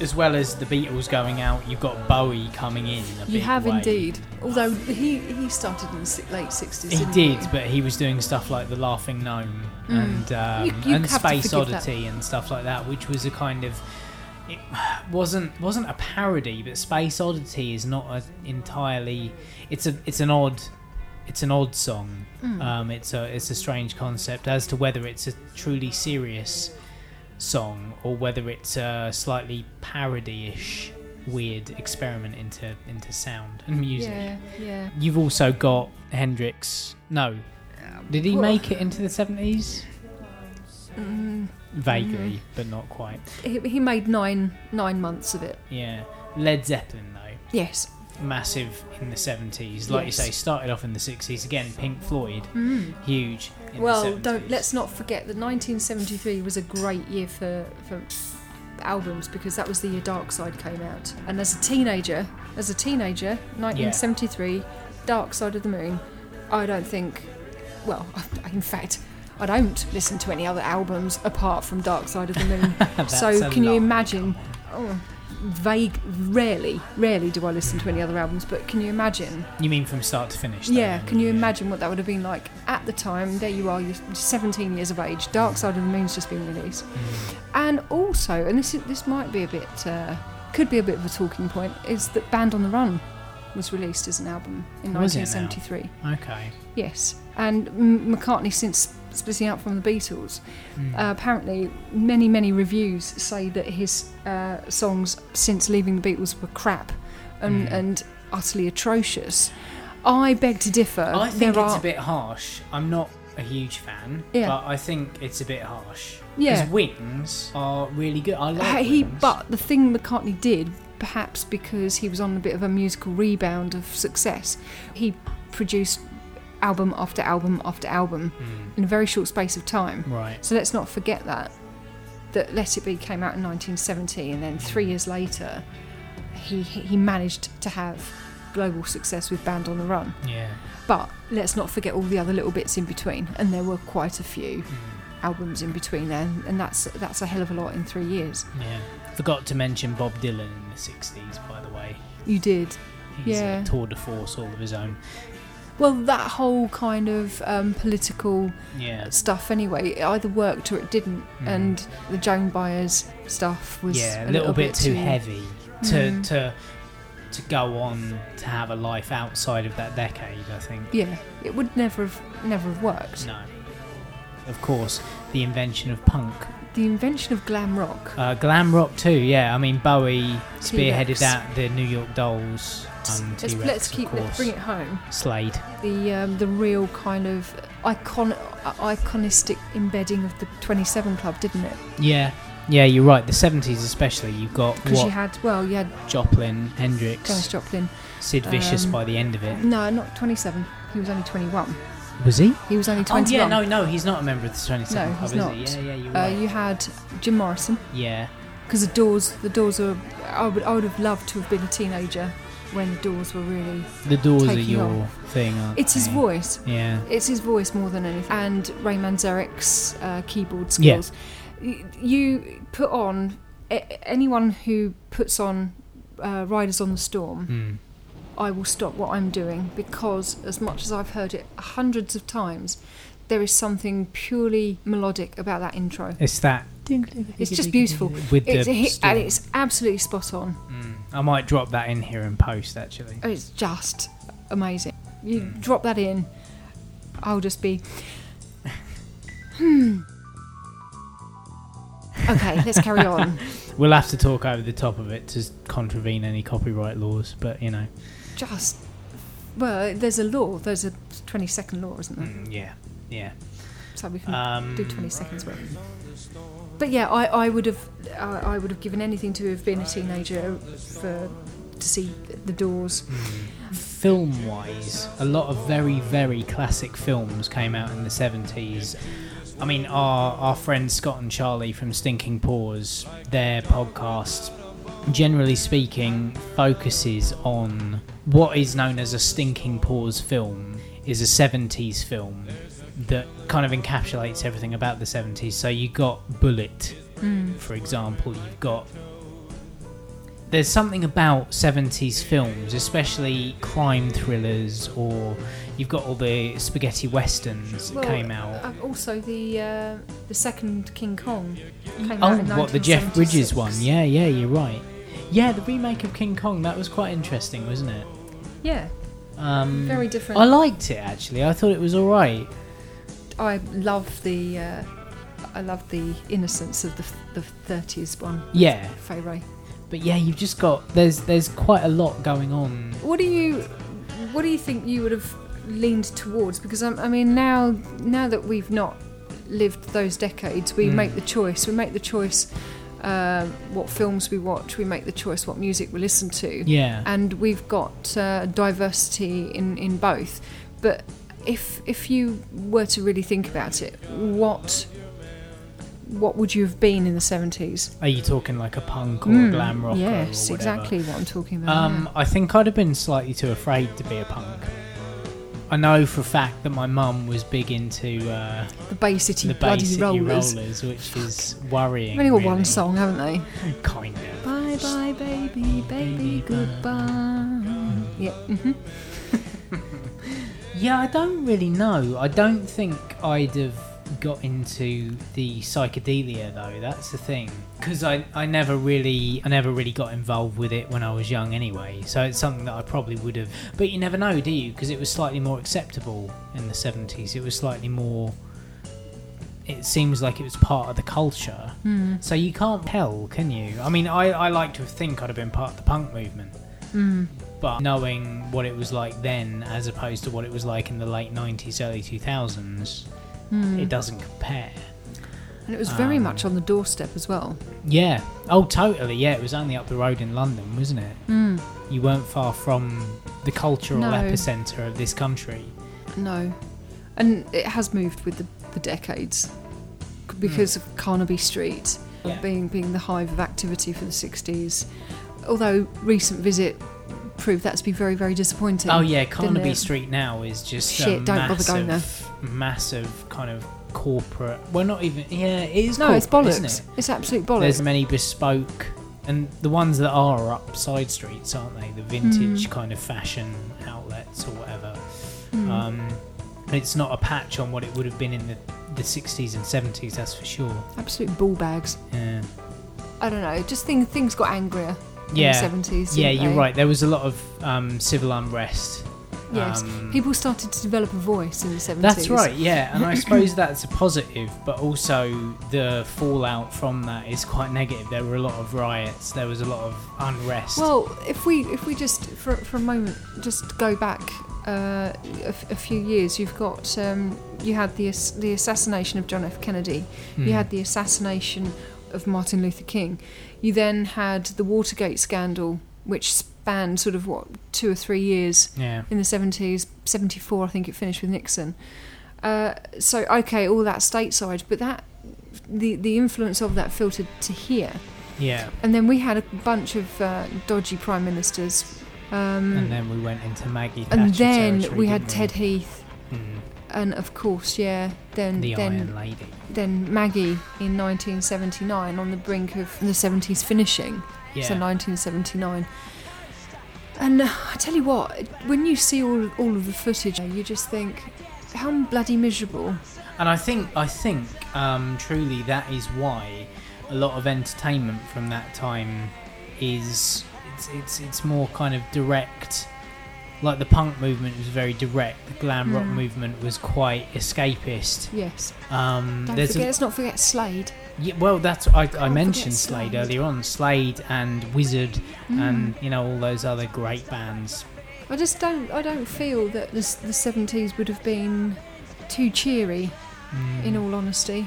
S1: as well as the Beatles going out, you've got Bowie coming in. in a
S2: You
S1: big
S2: have
S1: way.
S2: indeed. Although he, he started in the si- late 60s.
S1: He
S2: didn't
S1: did, but he was doing stuff like the Laughing Gnome
S2: Mm.
S1: and um,
S2: You- you
S1: and
S2: have to
S1: Space
S2: forgive that.
S1: Oddity and stuff like that, which was a kind of it wasn't wasn't a parody, but Space Oddity is not a entirely. It's a it's an odd it's an odd song.
S2: Mm.
S1: Um, it's a it's a strange concept as to whether it's a truly serious song or whether it's a slightly parody-ish weird experiment into into sound and music.
S2: Yeah, yeah.
S1: You've also got Hendrix. No. Did he
S2: Well-
S1: make it into the 70s?
S2: Mm,
S1: Vaguely, but not quite.
S2: he, he made nine nine months of it.
S1: Yeah. Led Zeppelin, though,
S2: Yes.
S1: massive in the 70s. Like
S2: Yes.
S1: you say, started off in the 60s. Again, Pink Floyd,
S2: Mm.
S1: huge. In
S2: Well,
S1: the 70s.
S2: don't let's not forget that 1973 was a great year for for albums because that was the year Dark Side came out. And as a teenager, as a teenager, 1973, Dark Side of the Moon. I don't think. Well, [LAUGHS] in fact, I don't listen to any other albums apart from Dark Side of the Moon.
S1: [LAUGHS] [LAUGHS] That's
S2: so
S1: a
S2: can you
S1: lie.
S2: imagine? Oh, vague. Rarely, rarely do I listen to any other albums. But can you imagine?
S1: You mean from start to finish? though,
S2: Yeah,
S1: don't Mm.
S2: can you imagine what that would have been like at the time? There you are, you're 17 years of age. Dark Side of the Moon's just been released,
S1: Mm.
S2: and also, and this is, this might be a bit, uh, could be a bit of a talking point, is that Band on the Run was released as an album in
S1: Was Oh, it now?
S2: 1973.
S1: Okay.
S2: Yes, and M- McCartney since splitting up from the Beatles,
S1: Mm.
S2: uh, apparently many many reviews say that his uh, songs since leaving the Beatles were crap and
S1: Mm.
S2: and utterly atrocious. I beg to differ.
S1: I think
S2: there
S1: it's
S2: are,
S1: a bit harsh. I'm not a huge fan,
S2: Yeah.
S1: but I think it's a bit harsh.
S2: Yeah.
S1: His wings are really good. I
S2: Uh,
S1: like
S2: he,
S1: wings.
S2: but the thing McCartney did, perhaps because he was on a bit of a musical rebound of success, he produced album after album after album
S1: Mm.
S2: in a very short space of time.
S1: Right.
S2: So let's not forget that. That Let It Be came out in 1970, and then three years later, he he managed to have global success with Band on the Run.
S1: Yeah.
S2: But let's not forget all the other little bits in between, and there were quite a few
S1: Mm.
S2: albums in between then, and that's that's a hell of a lot in three years.
S1: Yeah. Forgot to mention Bob Dylan in the 60s, by the way.
S2: You did
S1: He's
S2: Yeah.
S1: a tour de force all of his own.
S2: Well, that whole kind of um, political
S1: Yeah.
S2: stuff, anyway, it either worked or it didn't.
S1: Mm.
S2: And the Joan Byers stuff was
S1: yeah, a little, bit, too, heavy to
S2: Mm.
S1: to to go on to have a life outside of that decade, I think.
S2: Yeah, it would never have never have worked.
S1: No. Of course, the invention of punk.
S2: The invention of glam rock.
S1: Uh, glam rock too, yeah. I mean Bowie
S2: T-Rex.
S1: spearheaded that, the New York Dolls, um,
S2: let's,
S1: T-Rex,
S2: let's keep
S1: of
S2: let's
S1: course.
S2: bring it home.
S1: Slade.
S2: The um, the real kind of icon uh, iconistic embedding of the 27 Club, didn't it?
S1: Yeah. Yeah, you're right. The 70s especially, you've got
S2: Because
S1: what?
S2: you had well, you had
S1: Joplin, Hendrix,
S2: Janis Joplin.
S1: Sid Vicious
S2: Um,
S1: by the end of it.
S2: No, not 27. He was only 21.
S1: Was he?
S2: He was only
S1: Oh
S2: 21.
S1: yeah, no, no, he's not a member of the 27th
S2: No,
S1: Club,
S2: he's
S1: is
S2: not.
S1: he? Yeah, yeah, you're
S2: Uh,
S1: right.
S2: you had Jim Morrison
S1: Yeah,
S2: because the Doors. The Doors are. I would. I would have loved to have been a teenager when the Doors were really.
S1: the doors are
S2: Taking
S1: your
S2: off.
S1: thing, aren't
S2: It's his
S1: they?
S2: voice.
S1: Yeah,
S2: It's his voice more than anything. And Ray Manzarek's uh, keyboard
S1: Yeah.
S2: skills. Y- You put on a- anyone who puts on uh, Riders on the Storm.
S1: mm.
S2: I will stop what I'm doing because, as much as I've heard it hundreds of times, there is something purely melodic about that intro.
S1: it's that.
S2: It's just beautiful.
S1: With
S2: It's
S1: the
S2: a hit, and
S1: storm.
S2: it's absolutely spot on.
S1: Mm. I might drop that in here and post actually.
S2: And It's just amazing. You drop that in, I'll just be. Hmm. Okay, let's carry on.
S1: We'll have to talk over the top of it to contravene any copyright laws, but you know,
S2: Just. Well, there's a law. There's a 20 second law, isn't there?
S1: mm, yeah, yeah.
S2: So we can
S1: Um,
S2: Hmm. do 20 seconds worth. But yeah, I, I would have I, I would have given anything to have been a teenager for to see the Doors.
S1: film wise, a lot of very, very classic films came out in the 70s. I mean, our, our friends Scott and Charlie from Stinking Paws, their podcast, generally speaking, focuses on what is known as a Stinking Paws film, is a 70s film that kind of encapsulates everything about the 70s. So you got Bullet, for example, you've got There's something about 70s films, especially crime thrillers, or you've got all the spaghetti westerns that
S3: Well,
S1: came out.
S3: uh, also, the uh, the second King Kong. Came out
S1: Oh,
S3: in
S1: what the Jeff Bridges
S3: 1976.
S1: one? Yeah, yeah, you're right. Yeah, the remake of King Kong that was quite interesting, wasn't it?
S3: Yeah,
S1: Um,
S3: very different.
S1: I liked it actually. I thought it was all right.
S2: I love the uh, I love the innocence of the the thirties one.
S1: Yeah,
S2: Fay Ray.
S1: but yeah, you've just got there's there's quite a lot going on.
S3: What do you what do you think you would have leaned towards? Because I, I mean, now
S2: um, Now that we've not lived those decades, we
S1: Mm.
S2: make the choice. We make the choice uh, what films we watch. We make the choice what music we listen to.
S1: Yeah,
S2: and we've got uh, diversity in, in both. But if if you were to really think about it, what what would you have been in the seventies? Hmm.
S1: are you talking like a punk or
S3: Hmm,
S1: a glam rock?
S2: Yes,
S1: or whatever?
S2: exactly what I'm talking about.
S1: Um, I think I'd have been slightly too afraid to be a punk. I know for a fact that my mum was big into uh,
S2: yeah. The Bay City
S1: the Bay
S2: bloody
S1: City
S2: rollers.
S1: rollers. which is worrying.
S2: They've only got
S1: really. [LAUGHS]
S2: one song, haven't they?
S1: kind of.
S2: Bye bye, baby, baby,
S1: Baby, bye.
S2: goodbye. Yeah. hmm
S1: Yeah, I don't really know. I don't think I'd have got into the psychedelia though. That's the thing, because I, I never really I never really got involved with it when I was young anyway. So it's something that I probably would have. But you never know, do you? Because it was slightly more acceptable in the seventies. It was slightly more. It seems like it was part of the culture.
S2: Mm.
S1: So you can't tell, can you? I mean, I, I like to think I'd have been part of the punk movement
S2: Mm.
S1: but knowing what it was like then as opposed to what it was like in the late 90s early 2000s
S2: Mm.
S1: it doesn't compare
S2: And it was very
S1: Um,
S2: much on the doorstep as well.
S1: yeah oh totally yeah it was only up the road in london wasn't it
S2: Mm.
S1: you weren't far from the cultural
S2: No.
S1: epicenter of this country
S2: No. And it has moved with the, the decades C- because of Carnaby Street
S1: Hmm. Yeah.
S2: being, being the hive of activity for the 60s. Although recent visit proved that to be very, very disappointing.
S1: oh yeah carnaby
S2: it?
S1: street now is just a
S2: Shit, don't bother going
S1: massive, massive kind of corporate well not even yeah it is
S2: No, it's
S1: corporate,
S2: bollocks.
S1: isn't it?
S2: It's absolute bollocks.
S1: There's many bespoke, and the ones that are are up side streets, aren't they? The
S2: Mm.
S1: vintage kind of fashion outlets or whatever.
S2: Hmm.
S1: Um, it's not a patch on what it would have been in the, the 60s and 70s, that's for sure.
S2: absolute ball bags.
S1: Yeah,
S2: I don't know. Just thing, things got angrier
S1: yeah,
S2: in the 70s.
S1: yeah
S2: didn't
S1: you're
S2: they?
S1: right. There was a lot of um, civil unrest.
S2: Yes.
S1: Um,
S2: People started to develop a voice in the 70s.
S1: That's right,
S2: [CLEARS THROAT]
S1: yeah, and I suppose that's a positive, but also the fallout from that is quite negative. There were a lot of riots, there was a lot of unrest.
S2: Well, if we if we just for for a moment just go back uh, a, f- a few years, you've got um, you had the ass- the assassination of John F. Kennedy,
S1: Mm.
S2: you had the assassination of Martin Luther King, you then had the Watergate scandal, which spanned sort of what two or three years
S1: yeah.
S2: in the seventies, seventy four I think it finished with Nixon. Uh, so okay, all that stateside, but that the the influence of that filtered to here.
S1: Yeah,
S2: And then we had a bunch of uh, dodgy prime ministers. Um,
S1: and then we went into Maggie.
S2: and
S1: Thatcher
S2: then
S1: territory,
S2: we had
S1: didn't
S2: Ted Heath.
S1: Mm,
S2: And of course, yeah, then
S1: the
S2: then
S1: Iron Lady.
S2: then Maggie in 1979 on the brink of the 70s finishing.
S1: Yeah,
S2: So 1979. And uh, I tell you what, when you see all all of the footage, you just think, how bloody miserable.
S1: and I think I think um, truly that is why a lot of entertainment from that time is it's it's, it's more kind of direct. Like the punk movement was very direct. The glam rock
S2: Mm.
S1: movement was quite escapist.
S2: Yes.
S1: Um,
S2: Don't
S1: there's
S2: forget,
S1: a,
S2: let's not forget Slade.
S1: yeah, well, that's I, I
S2: forget
S1: mentioned Slade,
S2: Slade.
S1: earlier on. Slade and Wizard
S2: Mm.
S1: and you know all those other great bands.
S2: I just don't. I don't feel that the the seventies would have been too cheery.
S1: Mm.
S2: In all honesty,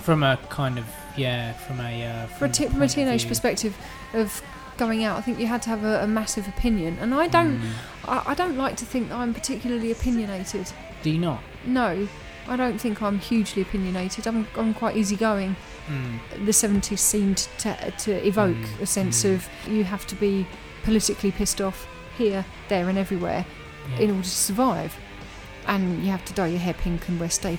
S1: from a kind of yeah from a uh,
S2: for a,
S1: the
S2: t- from a
S1: point of
S2: teenage
S1: view.
S2: perspective of going out, I think you had to have a, a massive opinion, and I don't.
S1: Mm.
S2: I, I don't like to think that I'm particularly opinionated.
S1: do you not
S2: No, I don't think I'm hugely opinionated. I'm, I'm quite easygoing.
S1: mm.
S2: The seventies seemed to to evoke
S1: Mm,
S2: a sense
S1: mm.
S2: of you have to be politically pissed off here, there, and everywhere.
S1: Yeah.
S2: in order to
S1: Mm.
S2: survive. And you have to dye your hair pink and wear sta-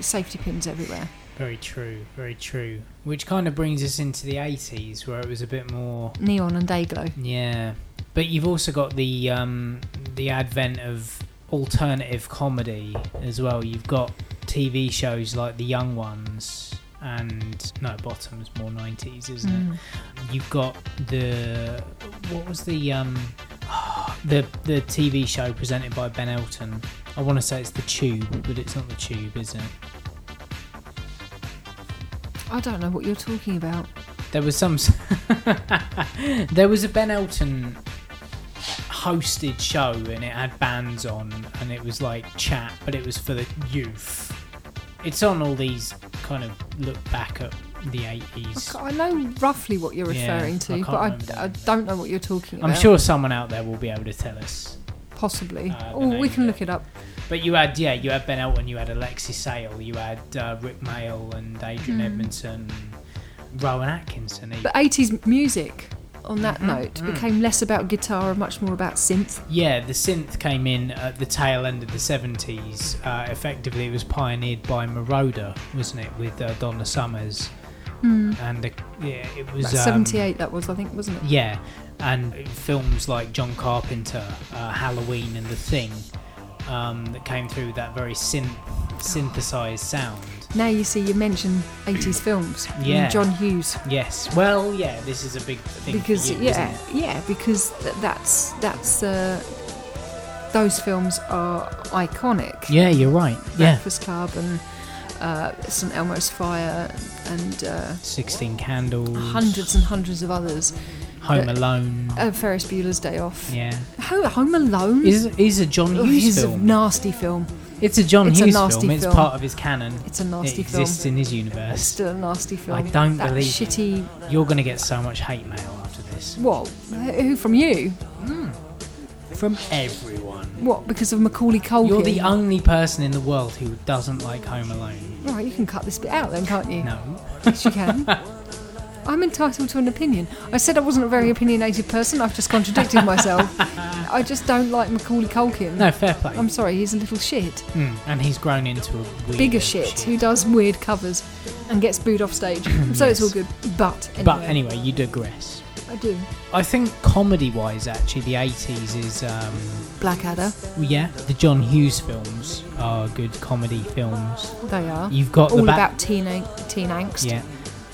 S2: safety pins everywhere.
S1: Very true, very true. Which kind of brings us into the 80s where it was a bit more
S2: Neon and Dayglow.
S1: yeah. But you've also got the um the advent of alternative comedy as well. You've got TV shows like The Young Ones and no Bottoms more 90s, isn't it?
S2: Mm.
S1: You've got the what was the um the the TV show presented by Ben Elton. I want to say it's the Tube, but it's not the Tube, is it?
S2: I don't know what you're talking about.
S1: There was some. s- [LAUGHS] there was a Ben Elton hosted show, and it had bands on, and it was like chat, but it was for the youth. It's on all these kind of look back at the
S2: I
S1: eighties.
S2: ca- I know roughly what you're
S1: Yeah,
S2: referring
S1: I
S2: to,
S1: can't
S2: but I,
S1: remember the
S2: I
S1: name.
S2: don't know what you're talking about.
S1: I'm sure someone out there will be able to tell us.
S2: Possibly.
S1: Uh, the
S2: oh, we
S1: name
S2: can
S1: of
S2: look it up.
S1: But you had, yeah, you had Ben Elton, you had Alexis Sale, you had uh, Rick Mail and Adrian
S2: Mm.
S1: Edmondson, Rowan Atkinson. even.
S2: But 80s music, on that
S1: Mhm,
S2: note,
S1: mm.
S2: became less about guitar and much more about synth.
S1: Yeah, the synth came in at the tail end of the 70s. Uh, effectively, it was pioneered by Marauder, wasn't it, with uh, Donna Summers?
S2: Mm.
S1: And uh, yeah, it was.
S2: About
S1: um,
S2: 78, that was, I think, wasn't it?
S1: Yeah, and films like John Carpenter, uh, Halloween, and The Thing um, that came through with that very synth- synthesized sound.
S2: Now you see, you mention 80s films.
S1: Yeah.
S2: And John Hughes.
S1: Yes. Well, yeah, this is a big thing. for
S2: because
S1: you,
S2: yeah
S1: isn't it?
S2: yeah because th- that's that's uh, those films are iconic
S1: Yeah, you're right. Yeah.
S2: breakfast club and uh, st elmo's fire and uh,
S1: 16 Candles.
S2: hundreds and hundreds of others
S1: Home Alone.
S2: uh, ferris bueller's day off
S1: yeah.
S2: Ho- home alone
S1: Is is a John
S2: Ugh,
S1: Hughes
S2: it's Oh, a
S1: film?
S2: nasty film
S1: it's a John
S2: it's a
S1: Hughes
S2: nasty
S1: film. It's
S2: film.
S1: part of his canon.
S2: it's a
S1: It
S2: nasty film
S1: exists in his universe.
S2: still a nasty film
S1: I don't
S2: that
S1: believe it.
S2: shitty
S1: You're going to get so much hate mail after this
S2: what who from you
S1: from everyone.
S2: what because of macaulay culkin
S1: You're the only person in the world who doesn't like Home Alone.
S2: right you can cut this bit out then can't you
S1: No.
S2: Yes, you can. I'm entitled to an opinion. I said I wasn't a very opinionated person. I've just contradicted myself. I just don't like Macaulay Culkin.
S1: No, fair play.
S2: I'm sorry, he's a little shit.
S1: Mm, And he's grown into a weird
S2: Bigger shit, who does weird covers and gets booed
S1: [LAUGHS]
S2: off stage. so it's all good. But anyway,
S1: But anyway, you digress.
S2: I do.
S1: I think comedy-wise, actually, the 80s is um,
S2: Blackadder,
S1: Yeah, the John Hughes films are good comedy films.
S2: they are.
S1: You've got
S2: Oh, all
S1: the back,
S2: about teen, ang- teen angst.
S1: yeah,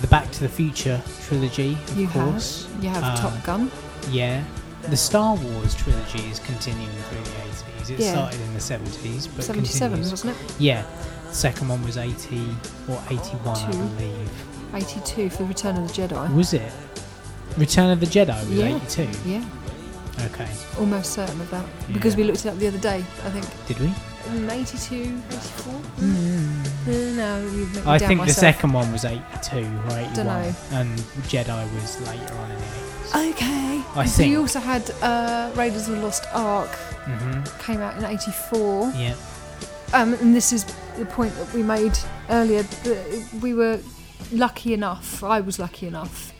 S1: the Back to the Future trilogy, of
S2: You have.
S1: course.
S2: You have
S1: Uh,
S2: Top Gun.
S1: Yeah, the Star Wars trilogy is continuing through the eighties. It
S2: Yeah.
S1: started in the seventies, but
S2: 77,
S1: continues.
S2: wasn't it?
S1: Yeah, the second one was eighty or eighty-one, I
S2: Two.
S1: believe.
S2: 82 for the Return of the Jedi.
S1: Was it? Return of the Jedi was
S2: Yeah.
S1: eighty-two.
S2: Yeah,
S1: Okay,
S2: almost certain of that. Because
S1: Yeah.
S2: we looked it up the other day, I think.
S1: did we?
S3: Mm, 82, 84?
S2: Uh, no, you've made me
S1: I
S2: doubt
S1: think the
S2: myself.
S1: second one was eighty-two or eighty-one,
S2: Dunno. Oh.
S1: and Jedi was later on in the eighties.
S2: Okay.
S1: I
S2: So
S1: think.
S2: you also had uh, Raiders of the Lost Ark
S1: hmm
S2: came out in '84,
S1: Yeah.
S2: um, and this is the point that we made earlier. That we were lucky enough. I was lucky enough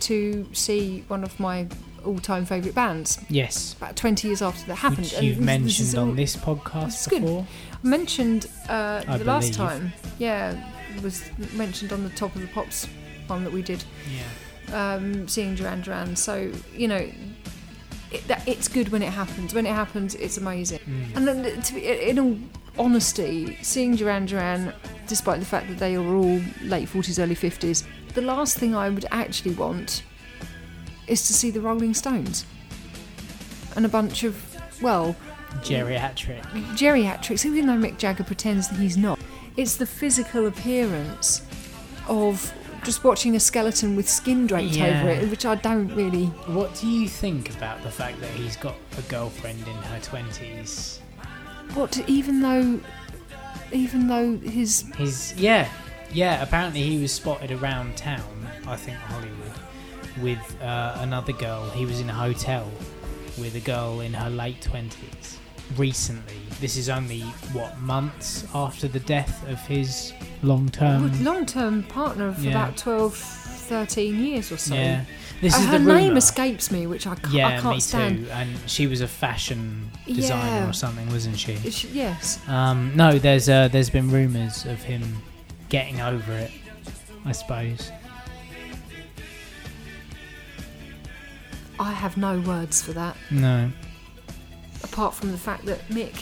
S2: to see one of my all-time favourite bands
S1: Yes.
S2: about 20 years after that happened.
S1: Which
S2: and
S1: you've
S2: this- this
S1: mentioned
S2: is all-
S1: on this podcast
S2: this is good.
S1: before.
S2: mentioned uh, the
S1: I
S2: last
S1: believe.
S2: time. Yeah, was mentioned on the top of the pops one that we did.
S1: Yeah.
S2: um, seeing Duran Duran. So you know, it, that, it's good when it happens. When it happens, it's amazing.
S1: Mm.
S2: And then, to be, in all honesty, seeing Duran Duran, despite the fact that they are all late forties, early fifties, the last thing I would actually want is to see the Rolling Stones and a bunch of well
S1: Geriatric.
S2: geriatrics, even though Mick Jagger pretends that he's not, it's the physical appearance of just watching a skeleton with skin draped
S1: Yeah.
S2: over it, which I don't really.
S1: What do you think about the fact that he's got a girlfriend in her twenties?
S2: What, even though, even though his
S1: He's yeah, yeah. Apparently, he was spotted around town. I think Hollywood with uh, another girl. He was in a hotel with a girl in her late twenties. Recently, this is only what months after the death of his
S2: Oh,
S1: long-term.
S2: long-term partner for
S1: Um, yeah.
S2: about 12, 13 years or so.
S1: yeah, this
S2: Uh,
S1: is
S2: her
S1: the
S2: name
S1: rumour.
S2: escapes me, which I, ca-
S1: Yeah,
S2: I can't
S1: me
S2: stand.
S1: too. And she was a fashion designer
S2: Yeah.
S1: or something, wasn't she?
S2: It's- yes,
S1: Um, no, there's uh, there's been rumours of him getting over it, I suppose.
S3: I have no words for that,
S1: No.
S3: apart from the fact that Mick,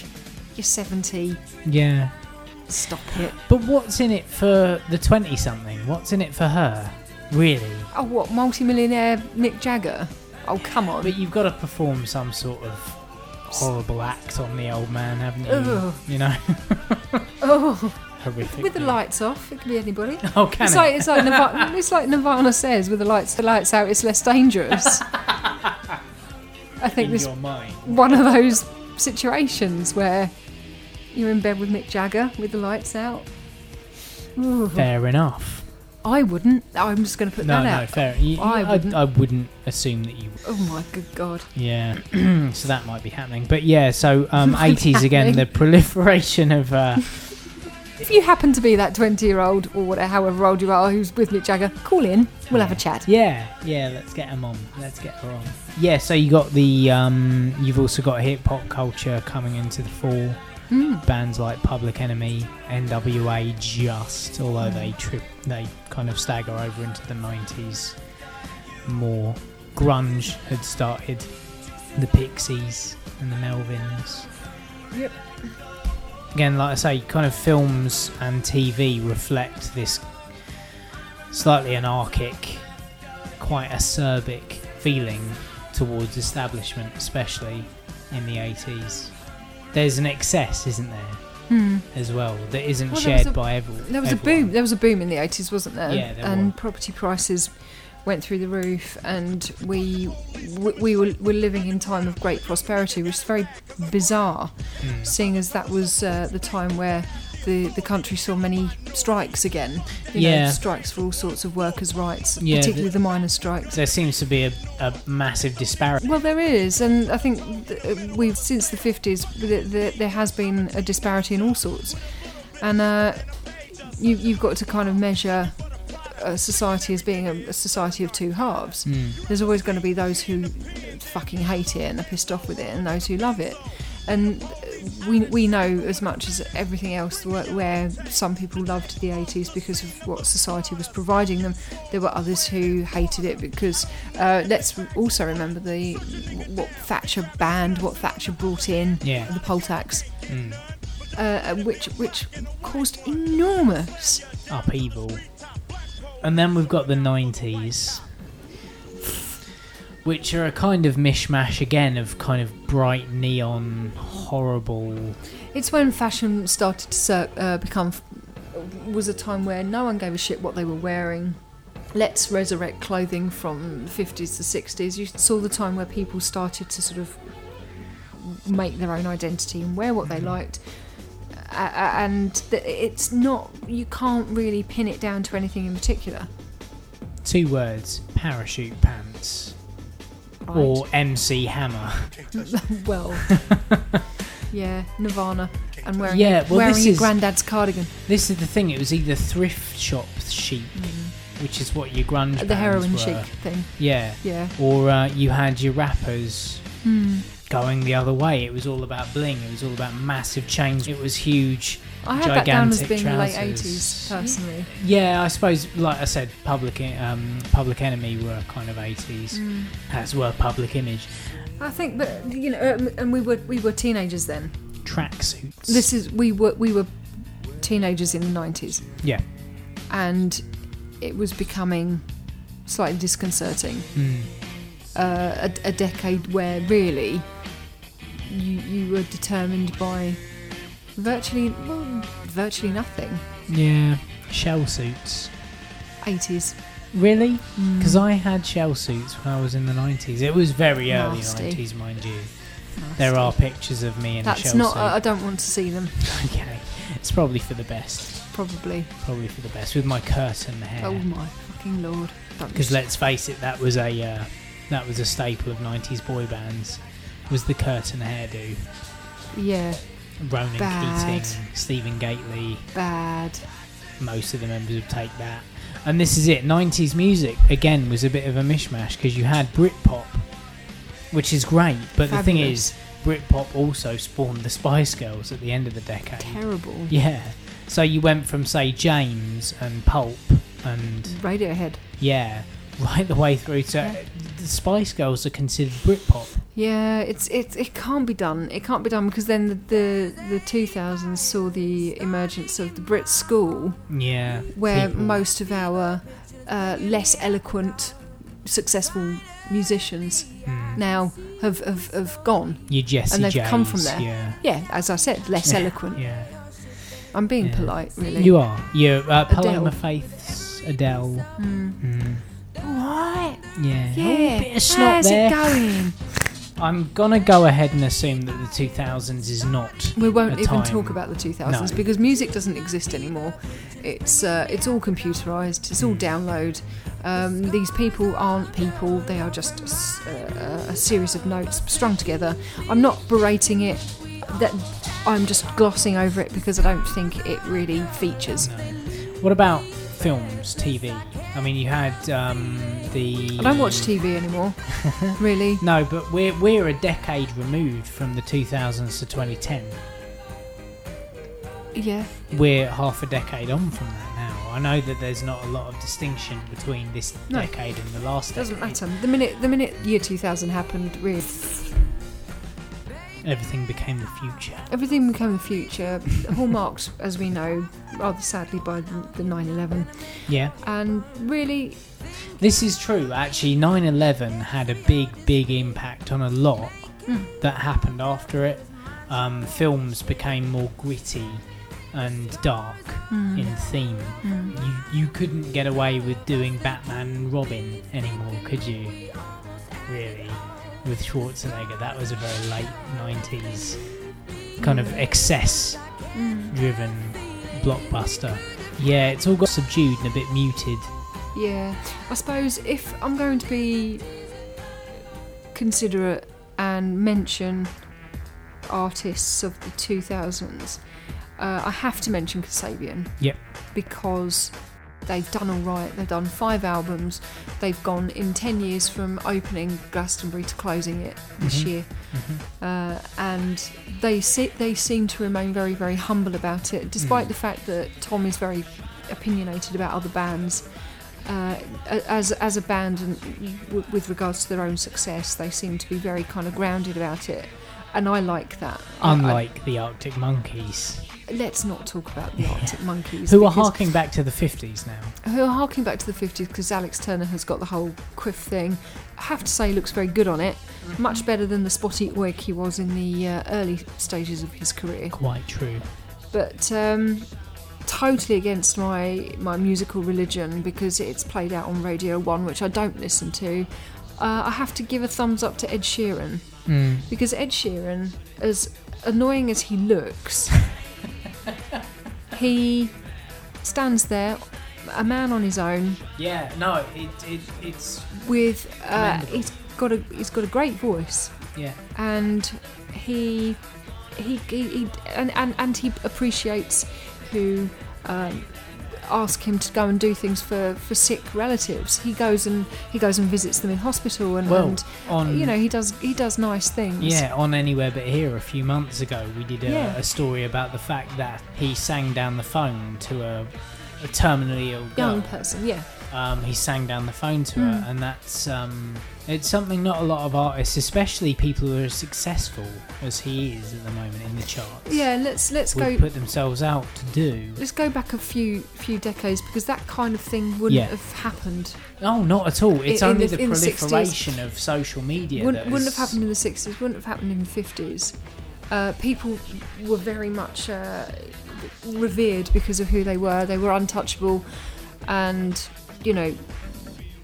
S3: you're 70.
S1: Yeah.
S3: Stop it.
S1: But what's in it for the 20 something? What's in it for her? Really?
S2: Oh, what? Multi-millionaire Mick Jagger? Oh, come on.
S1: But you've got to perform some sort of horrible act on the old man, haven't you?
S3: Ugh.
S1: You know? [LAUGHS]
S3: Oh,
S1: Horrific.
S3: with the lights off, it could be anybody.
S1: Oh, can
S2: It's
S1: it?
S2: like, it's, like Nirvana, it's like Nirvana says, with the lights the lights out, it's less dangerous. I think
S1: in
S2: this
S1: your mind.
S2: one of those situations where you're in bed with Mick Jagger with the lights out. Ooh.
S1: Fair enough.
S2: I wouldn't. I'm just going to put
S1: No,
S2: that
S1: no,
S2: out.
S1: fair. You,
S2: I
S1: I,
S2: wouldn't.
S1: wouldn't. I, wouldn't assume that you.
S2: Oh my good god.
S1: Yeah. [CLEARS THROAT] so that might be happening. But yeah, so um,
S2: Might be
S1: 80s again,
S2: happening.
S1: the proliferation of. Uh,
S2: If you happen to be that 20 year old or whatever, however old you are, who's with Mick Jagger, call in. We'll have a chat.
S1: Yeah, yeah, let's get them on. Let's get her on. Yeah, so you got the um you've also got hip hop culture coming into the fall.
S2: Mm.
S1: Bands like Public Enemy, NWA just,
S2: Mm.
S1: although they trip they kind of stagger over into the nineties more. Grunge had started the Pixies and the Melvins.
S2: Yep.
S1: Again, like I say, kind of films and TV reflect this slightly anarchic quite acerbic feeling towards establishment, especially in the 80s. There's an excess, isn't there,
S2: Mm.
S1: as well, that isn't
S2: Well, there was
S1: shared
S2: a-
S1: by everyone.
S2: There was a boom. There was a boom in the 80s, wasn't there?
S1: Yeah, there
S2: and
S1: was.
S2: property prices went through the roof, and we we, we were, were living in time of great prosperity, which is very bizarre,
S1: Mm.
S2: seeing as that was uh, the time where. The, the country saw many strikes again. You
S1: Yeah.
S2: Know, strikes for all sorts of workers' rights,
S1: Yeah,
S2: particularly the miners' strikes.
S1: There seems to be a, a massive disparity.
S2: Well, there is, and I think th- uh, we've since the fifties th th there has been a disparity in all sorts, and uh, you, you've got to kind of measure a society as being a, a society of two halves. There's always going to be those who fucking hate it and are pissed off with it, and those who love it. And uh, we, we know as much as everything else where, where some people loved the 80s because of what society was providing them. There were others who hated it because uh, let's also remember the what Thatcher banned, what Thatcher brought in,
S1: Yeah.
S2: the poll tax,
S1: Mm.
S2: uh, which which caused enormous
S1: upheaval. And then we've got the 90s, which are a kind of mishmash again of kind of bright neon, horrible.
S2: It's when fashion started to cir- uh, become was a time where no one gave a shit what they were wearing. Let's resurrect clothing from the 50s to 60s. You saw the time where people started to sort of make their own identity and wear what they
S1: Mm-hmm.
S2: liked. A- a- And th- it's not, you can't really pin it down to anything in particular.
S1: Two words parachute pants.
S2: Right? [LAUGHS]
S1: or MC Hammer.
S2: well,
S1: [LAUGHS]
S2: yeah, Nirvana and wearing,
S1: Yeah, well,
S2: wearing
S1: this
S2: your
S1: is-
S2: granddad's cardigan.
S1: This is the thing. It was either thrift shop chic, which is what your grunge
S2: The
S1: bands
S2: heroin
S1: were.
S2: chic thing,
S1: yeah,
S2: yeah.
S1: or uh, you had your rappers
S2: Hmm.
S1: going the other way. It was all about bling. It was all about massive change. It was huge.
S2: I had that down as
S1: gigantic
S2: being the late
S1: trousers.
S2: 80s, personally.
S1: Yeah, I suppose, like I said, public En- um, Public Enemy were kind of
S2: Mm.
S1: eighties, as were Public Image
S2: Hmm. I think, but you know, um, and we were we were teenagers then.
S1: tracksuits.
S2: This is we were we were teenagers in the nineties,
S1: yeah,
S2: and it was becoming slightly disconcerting.
S1: Mm.
S2: Uh, a, a decade where really you you were determined by virtually well, virtually nothing.
S1: yeah, shell suits.
S2: Eighties, Mm.
S1: Really? Because Hmm. I had shell suits when I was in the 90s. It was very early
S2: Nasty.
S1: 90s, mind you. There are pictures of me in a
S2: that's
S1: shell
S2: not.
S1: suit.
S2: I I don't want to see them.
S1: [LAUGHS] okay. It's probably for the best.
S2: Probably.
S1: Probably for the best. With my curtain
S2: Oh
S1: hair.
S2: my fucking lord! Don't
S1: Because
S2: you-
S1: let's face it, that was a uh, that was a staple of 90s boy bands. Was the curtain hairdo.
S2: yeah,
S1: Ronan
S2: Bad.
S1: Keating, Stephen Gately,
S2: bad.
S1: most of the members of Take That. And this is it. 90s music, again, was a bit of a mishmash because you had Britpop, which is great, but the thing
S2: Fabulous.
S1: is, Britpop also spawned the Spice Girls at the end of the decade.
S2: Terrible.
S1: Yeah. So you went from say James and Pulp and
S2: Radiohead.
S1: yeah, right the way through to
S2: Yeah.
S1: the Spice Girls are considered Britpop.
S2: Yeah, it's it it can't be done. It can't be done because then the the, the 2000s saw the emergence of the Brit school,
S1: Yeah,
S2: where
S1: people-
S2: most of our uh, less eloquent, successful musicians
S1: mm,
S2: now have have, have gone.
S1: your Jesse
S2: and they've
S1: J's,
S2: come from there.
S1: Yeah,
S2: Yeah, as I said, less eloquent.
S1: yeah.
S2: I'm being
S1: Yeah.
S2: polite, really.
S1: You are. You uh, Paloma
S2: Adele.
S1: Faith's Adele.
S2: Mm.
S1: Mm,
S2: Right.
S1: yeah.
S2: Yeah.
S1: Oh, bit of snot
S2: How's
S1: there.
S2: it going?
S1: I'm gonna go ahead and assume that the 2000s is not.
S2: We won't
S1: a
S2: even
S1: time.
S2: talk about the 2000s
S1: No.
S2: because music doesn't exist anymore. It's uh, it's all computerized. It's all
S1: Mm.
S2: download. Um, these people aren't people. They are just a, s- uh, a- a series of notes strung together. I'm not berating it. That I'm just glossing over it because I don't think it really features.
S1: No. What about films, TV? I mean, you had um, the.
S2: I don't watch TV
S1: [LAUGHS]
S2: anymore, really.
S1: No, but we're we're a decade removed from the 2000s to 2010.
S2: Yeah,
S1: We're half a decade on from that now. I know that there's not a lot of distinction between this
S2: No.
S1: decade and the last.
S2: doesn't
S1: decade.
S2: matter. The minute the minute year 2000 happened, really,
S1: Everything became the future.
S2: Everything became the future, hallmarked, as we know, rather sadly by the the 9 11.
S1: Yeah,
S2: And really,
S1: this is true. Actually, 9/11 had a big, big impact on a lot
S2: mm,
S1: that happened after it. Um, films became more gritty and dark
S2: mm,
S1: in theme. You, you couldn't get away with doing Batman and Robin anymore, could you? Really? With Schwarzenegger, that was a very late 90s kind of excess
S2: mm,
S1: driven blockbuster. Yeah, it's all got subdued and a bit muted.
S2: yeah, I suppose if I'm going to be considerate and mention artists of the 2000s, uh, I have to mention Kasabian.
S1: Yep.
S2: Because they've done all right, they've done five albums, they've gone in 10 years from opening Glastonbury to closing it this
S1: Mhm.
S2: year. uh, and they se- they seem to remain very very humble about it, despite
S1: Mm.
S2: the fact that Tom is very opinionated about other bands. Uh, a- as as a band, and w- with regards to their own success, they seem to be very kind of grounded about it, and I like that. I- I-
S1: Unlike the Arctic Monkeys,
S2: let's not talk about the Arctic Monkeys,
S1: who are
S2: because-
S1: harking back to the 50s now.
S2: who are harking back to the 50s because Alex Turner has got the whole quiff thing. I have to say, looks very good on it.
S1: Mm-hmm.
S2: Much better than the spotty wig he was in the uh, early stages of his career.
S1: Quite true.
S2: But um, totally against my my musical religion because it's played out on Radio One, which I don't listen to. Uh, I have to give a thumbs up to Ed Sheeran
S1: Mm.
S2: because Ed Sheeran, as annoying as he looks, he stands there, a man on his own,
S1: Yeah, no, it, it, it's.
S2: with uh,
S1: Commendable.
S2: he's got a he's got a great voice
S1: Yeah.
S2: and he he, he, he and, and and he appreciates who um, ask him to go and do things for, for sick relatives he goes and he goes and visits them in hospital and,
S1: Well,
S2: and
S1: on.
S2: you know he does he does nice things
S1: Yeah, on Anywhere But Here a few months ago, we did a,
S2: Yeah.
S1: a story about the fact that he sang down the phone to a, a terminally ill
S2: young
S1: girl.
S2: person yeah
S1: Um, he sang down the phone to
S2: Mm.
S1: her, and that's um, it's something not a lot of artists, especially people who are as successful as he is at the moment in the charts,
S2: yeah let's let's
S1: would
S2: go
S1: put themselves out to do.
S2: let's go back a few few decades because that kind of thing wouldn't
S1: Yeah.
S2: have happened
S1: No, Oh, not at all. It's
S2: in
S1: only the,
S2: the- in the 60s.
S1: proliferation of social media
S2: wouldn't,
S1: that
S2: wouldn't
S1: has-
S2: have happened in the 60s, wouldn't have happened in the 50s. Uh, people were very much uh, revered because of who they were. They were untouchable, and you know,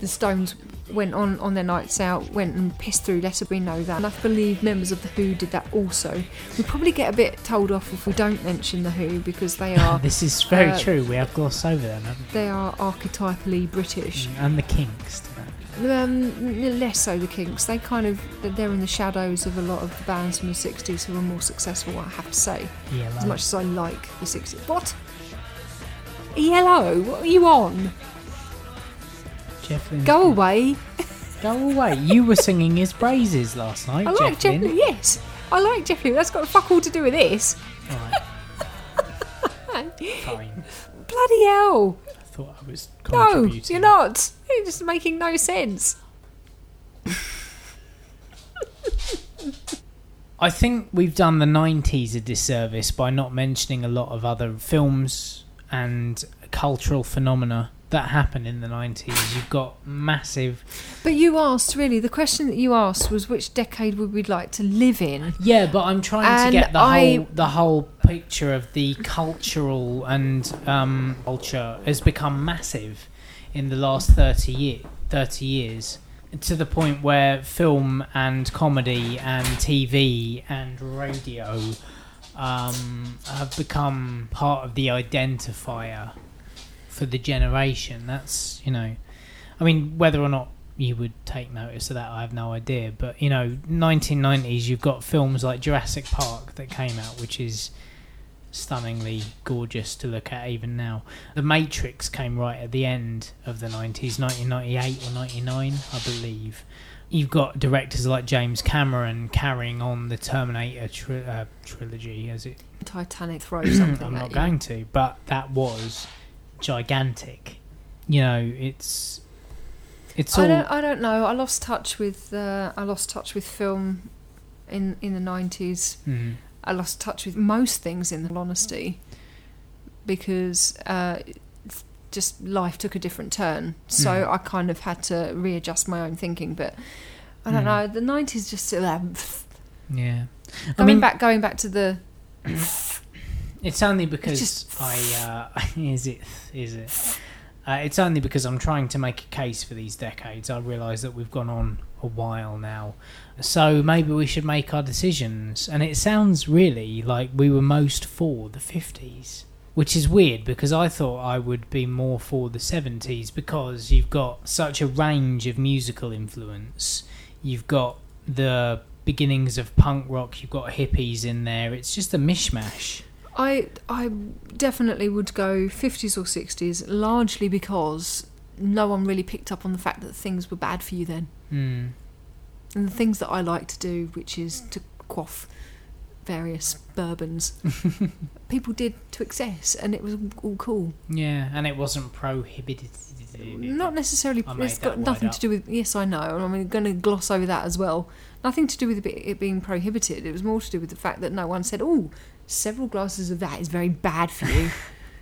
S2: the Stones went on on their nights out, went and pissed through Let It Be Know That. And I believe members of the Who did that also. We probably get a bit told off if we don't mention the Who because they
S1: [LAUGHS]
S2: are
S1: this is very
S2: uh,
S1: true. We have glossed over them, haven't
S2: they are archetypally British.
S1: we? and the Kinks. to that.
S2: Um, less so the Kinks. They kind of they're in the shadows of a lot of the bands from the '60s who were more successful. I have to say,
S1: Yeah, like,
S2: as much as I like the '60s. What? ELO? What are you on?
S1: Jeff Lynne's
S2: Go
S1: Kinks.
S2: away.
S1: Go away. You were singing his praises last night,
S2: I like
S1: Jeff Lynne.
S2: [LAUGHS] Jeff Lynne. Yes, I like Jeff Lynne. That's got fuck all to do with this.
S1: All right.
S3: fine.
S1: Fine.
S3: Bloody hell!
S1: I thought I was
S3: No,
S1: contributing.
S3: you're not. You're just making no sense.
S1: I think we've done the 90s a disservice by not mentioning a lot of other films and cultural phenomena that happened in the 90s. You've got massive.
S3: But you asked really. The question that you asked was which decade would we like to live in?
S1: Yeah, but I'm trying
S3: And
S1: to get the
S3: I-
S1: whole the whole picture of the cultural and um, culture has become massive in the last 30 year, 30 years to the point where film and comedy and TV and radio um, have become part of the identifier for the generation. That's you know, I mean, whether or not you would take notice of that, I have no idea. But you know, 1990s, you've got films like Jurassic Park that came out, which is stunningly gorgeous to look at even now. The Matrix came right at the end of the 90s, 1998 or 99, I believe. You've got directors like James Cameron carrying on the Terminator tri- uh, trilogy, as it
S3: Titanic throws something.
S1: [CLEARS THROAT] I'm
S3: at
S1: not
S3: you.
S1: going to, but that was gigantic. You know, it's it's
S3: I
S1: all
S3: don't. I don't know. I lost touch with. Uh, I lost touch with film in in the nineties.
S1: Mm.
S3: I lost touch with.
S2: most things in all honesty because uh, it's just life took a different turn so
S1: Mm.
S2: i kind of had to readjust my own thinking but i don't
S1: Mm.
S2: know the 90s just uh,
S1: yeah.
S2: going
S1: I mean,
S2: back going back to the
S1: it's only because
S2: just-
S1: I uh, [LAUGHS] is it is it. Uh, it's only because I'm trying to make a case for these decades. I realise that we've gone on a while now, so maybe we should make our decisions. And it sounds really like we were most for the 50s, which is weird because I thought I would be more for the 70s because you've got such a range of musical influence. You've got the beginnings of punk rock. You've got hippies in there. It's just a mishmash.
S2: i i definitely would go 50s or 60s largely because no one really picked up on the fact that things were bad for you then
S1: Mm.
S2: and the things that i like to do which is to quaff various bourbons people did to excess and it was all cool
S1: Yeah, and it wasn't prohibited.
S2: Not necessarily.
S1: I made
S2: It's got
S1: that word
S2: nothing
S1: up.
S2: to do with. Yes, I know. and I'm going to gloss over that as well. Nothing to do with it be- it being prohibited. It was more to do with the fact that no one said, "Oh, several glasses of that is very bad for you."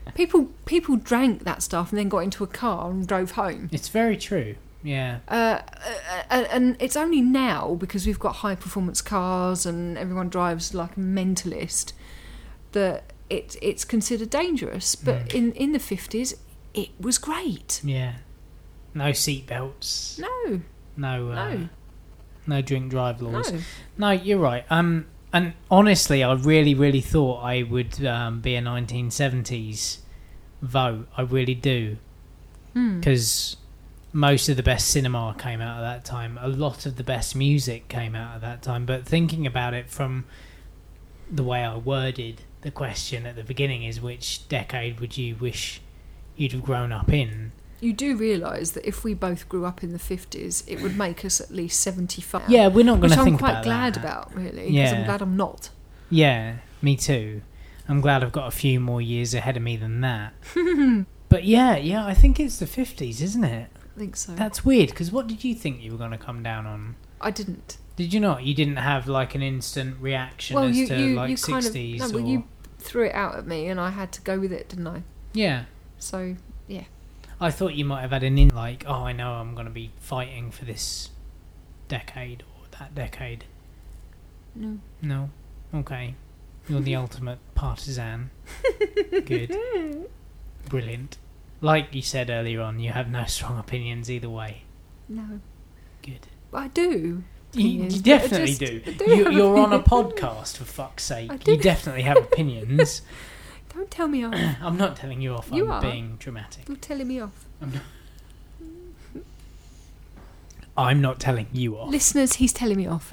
S1: [LAUGHS]
S2: people people drank that stuff and then got into a car and drove home.
S1: It's very true. Yeah.
S2: Uh, uh, uh, and it's only now because we've got high performance cars and everyone drives like a mentalist that it it's considered dangerous. But
S1: Mm.
S2: in in the fifties, it was great.
S1: Yeah. No seatbelts.
S2: No,
S1: No. Uh,
S2: No.
S1: no. drink drive
S2: no.
S1: laws. No. you're right. Um, and honestly, I really, really thought I would um, be a 1970s vote. I really do. Mm.
S2: Hmm.
S1: because most of the best cinema came out at that time. A lot of the best music came out at that time. But thinking about it from the way I worded the question at the beginning is which decade would you wish you'd have grown up in?
S2: You do realise that if we both grew up in the 50s, it would make us at least 75.
S1: Yeah, we're not going
S2: Which
S1: to
S2: I'm
S1: think
S2: quite
S1: about
S2: glad
S1: that.
S2: about, really, because I'm
S1: Yeah.
S2: glad I'm not.
S1: Yeah, me too. I'm glad I've got a few more years ahead of me than that. but yeah, yeah, I think it's the 50s, isn't it?
S2: I think so.
S1: That's weird because what did you think you were going to come down on?
S2: I didn't.
S1: Did you not? You didn't have like an instant reaction
S2: Well,
S1: as
S2: you,
S1: to
S2: you,
S1: like
S2: you kind of.
S1: sixties
S2: No,
S1: or
S2: well, you threw it out at me and I had to go with it, didn't I?
S1: yeah.
S2: So,
S1: I thought you might have had an in like, oh, I know I'm going to be fighting for this decade or that decade.
S2: no.
S1: No, okay, you're
S2: [LAUGHS]
S1: the ultimate partisan. Good, brilliant. Like you said earlier on, you have no strong opinions either way.
S2: No.
S1: Good.
S2: I do.
S1: You,
S2: Opinions,
S1: you
S2: but I
S1: definitely
S2: just-
S1: do.
S2: I do
S1: you,
S2: have
S1: you're
S2: [LAUGHS]
S1: on a
S2: opinions.
S1: podcast, for fuck's sake.
S2: I
S1: You
S2: do.
S1: definitely have
S2: [LAUGHS]
S1: opinions.
S2: Don't tell me off.
S1: [CLEARS THROAT] I'm not telling you off.
S2: You
S1: I'm
S2: are.
S1: being dramatic.
S2: You're telling me off.
S1: I'm not telling you off.
S2: Listeners, he's telling me off.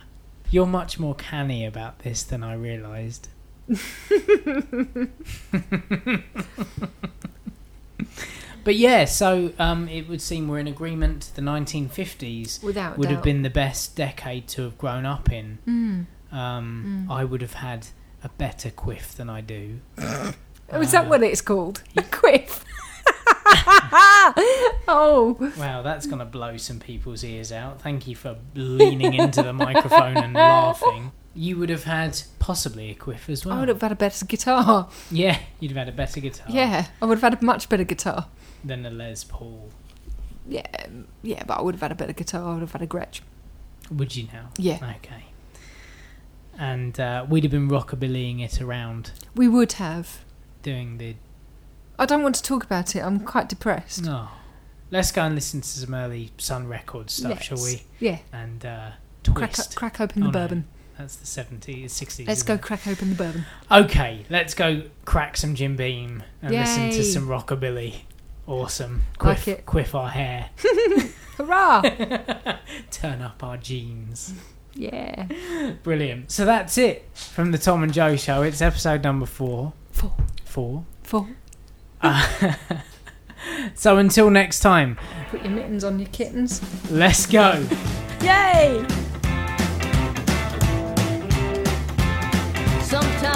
S1: [LAUGHS] You're much more canny about this than I
S2: [LAUGHS]
S1: realised. but yeah, so um, it would seem we're in agreement. The 1950s
S2: Without
S1: would
S2: doubt.
S1: have been the best decade to have grown up in.
S2: Mm.
S1: Um, I would have had a better quiff than I do.
S2: Oh, is that
S1: Uh,
S2: what it's called? A [LAUGHS] quiff. oh,
S1: Wow, that's going to blow some people's ears out. Thank you for leaning into the microphone and laughing. You would have had possibly a quiff as well. Oh.
S2: I would have had a better guitar.
S1: Yeah, you'd have had a better guitar
S2: Yeah, I would have had a much better guitar.
S1: than a Les Paul.
S2: Yeah, um, yeah, but I would have had a better guitar. I would have had a Gretsch.
S1: Would you now?
S2: Yeah,
S1: Okay. And uh, we'd have been rockabillying it around,
S2: we would have.
S1: doing the.
S2: I don't want to talk about it. I'm quite depressed.
S1: No. Ah. Let's go and listen to some early Sun Records stuff, shall
S2: Let's-
S1: we?
S2: Yeah,
S1: And uh,
S2: crack,
S1: twist.
S2: crack open the
S1: Oh, no.
S2: bourbon.
S1: That's the 70s, 60s.
S2: Let's
S1: isn't
S2: go
S1: it?
S2: crack open the bourbon.
S1: Okay, let's go crack some Jim Beam and listen
S2: Yay.
S1: to some rockabilly. Awesome.
S2: Like
S1: Quiff,
S2: it.
S1: quiff our hair. [LAUGHS]
S2: Hurrah!
S1: Turn up our jeans.
S2: yeah.
S1: Brilliant. So that's it from the Tom and Joe show. It's episode number four.
S2: Four.
S1: Four.
S2: Four.
S1: Uh, so until next time,
S3: Put your mittens on your kittens.
S1: let's go.
S3: Yay!
S4: Sometimes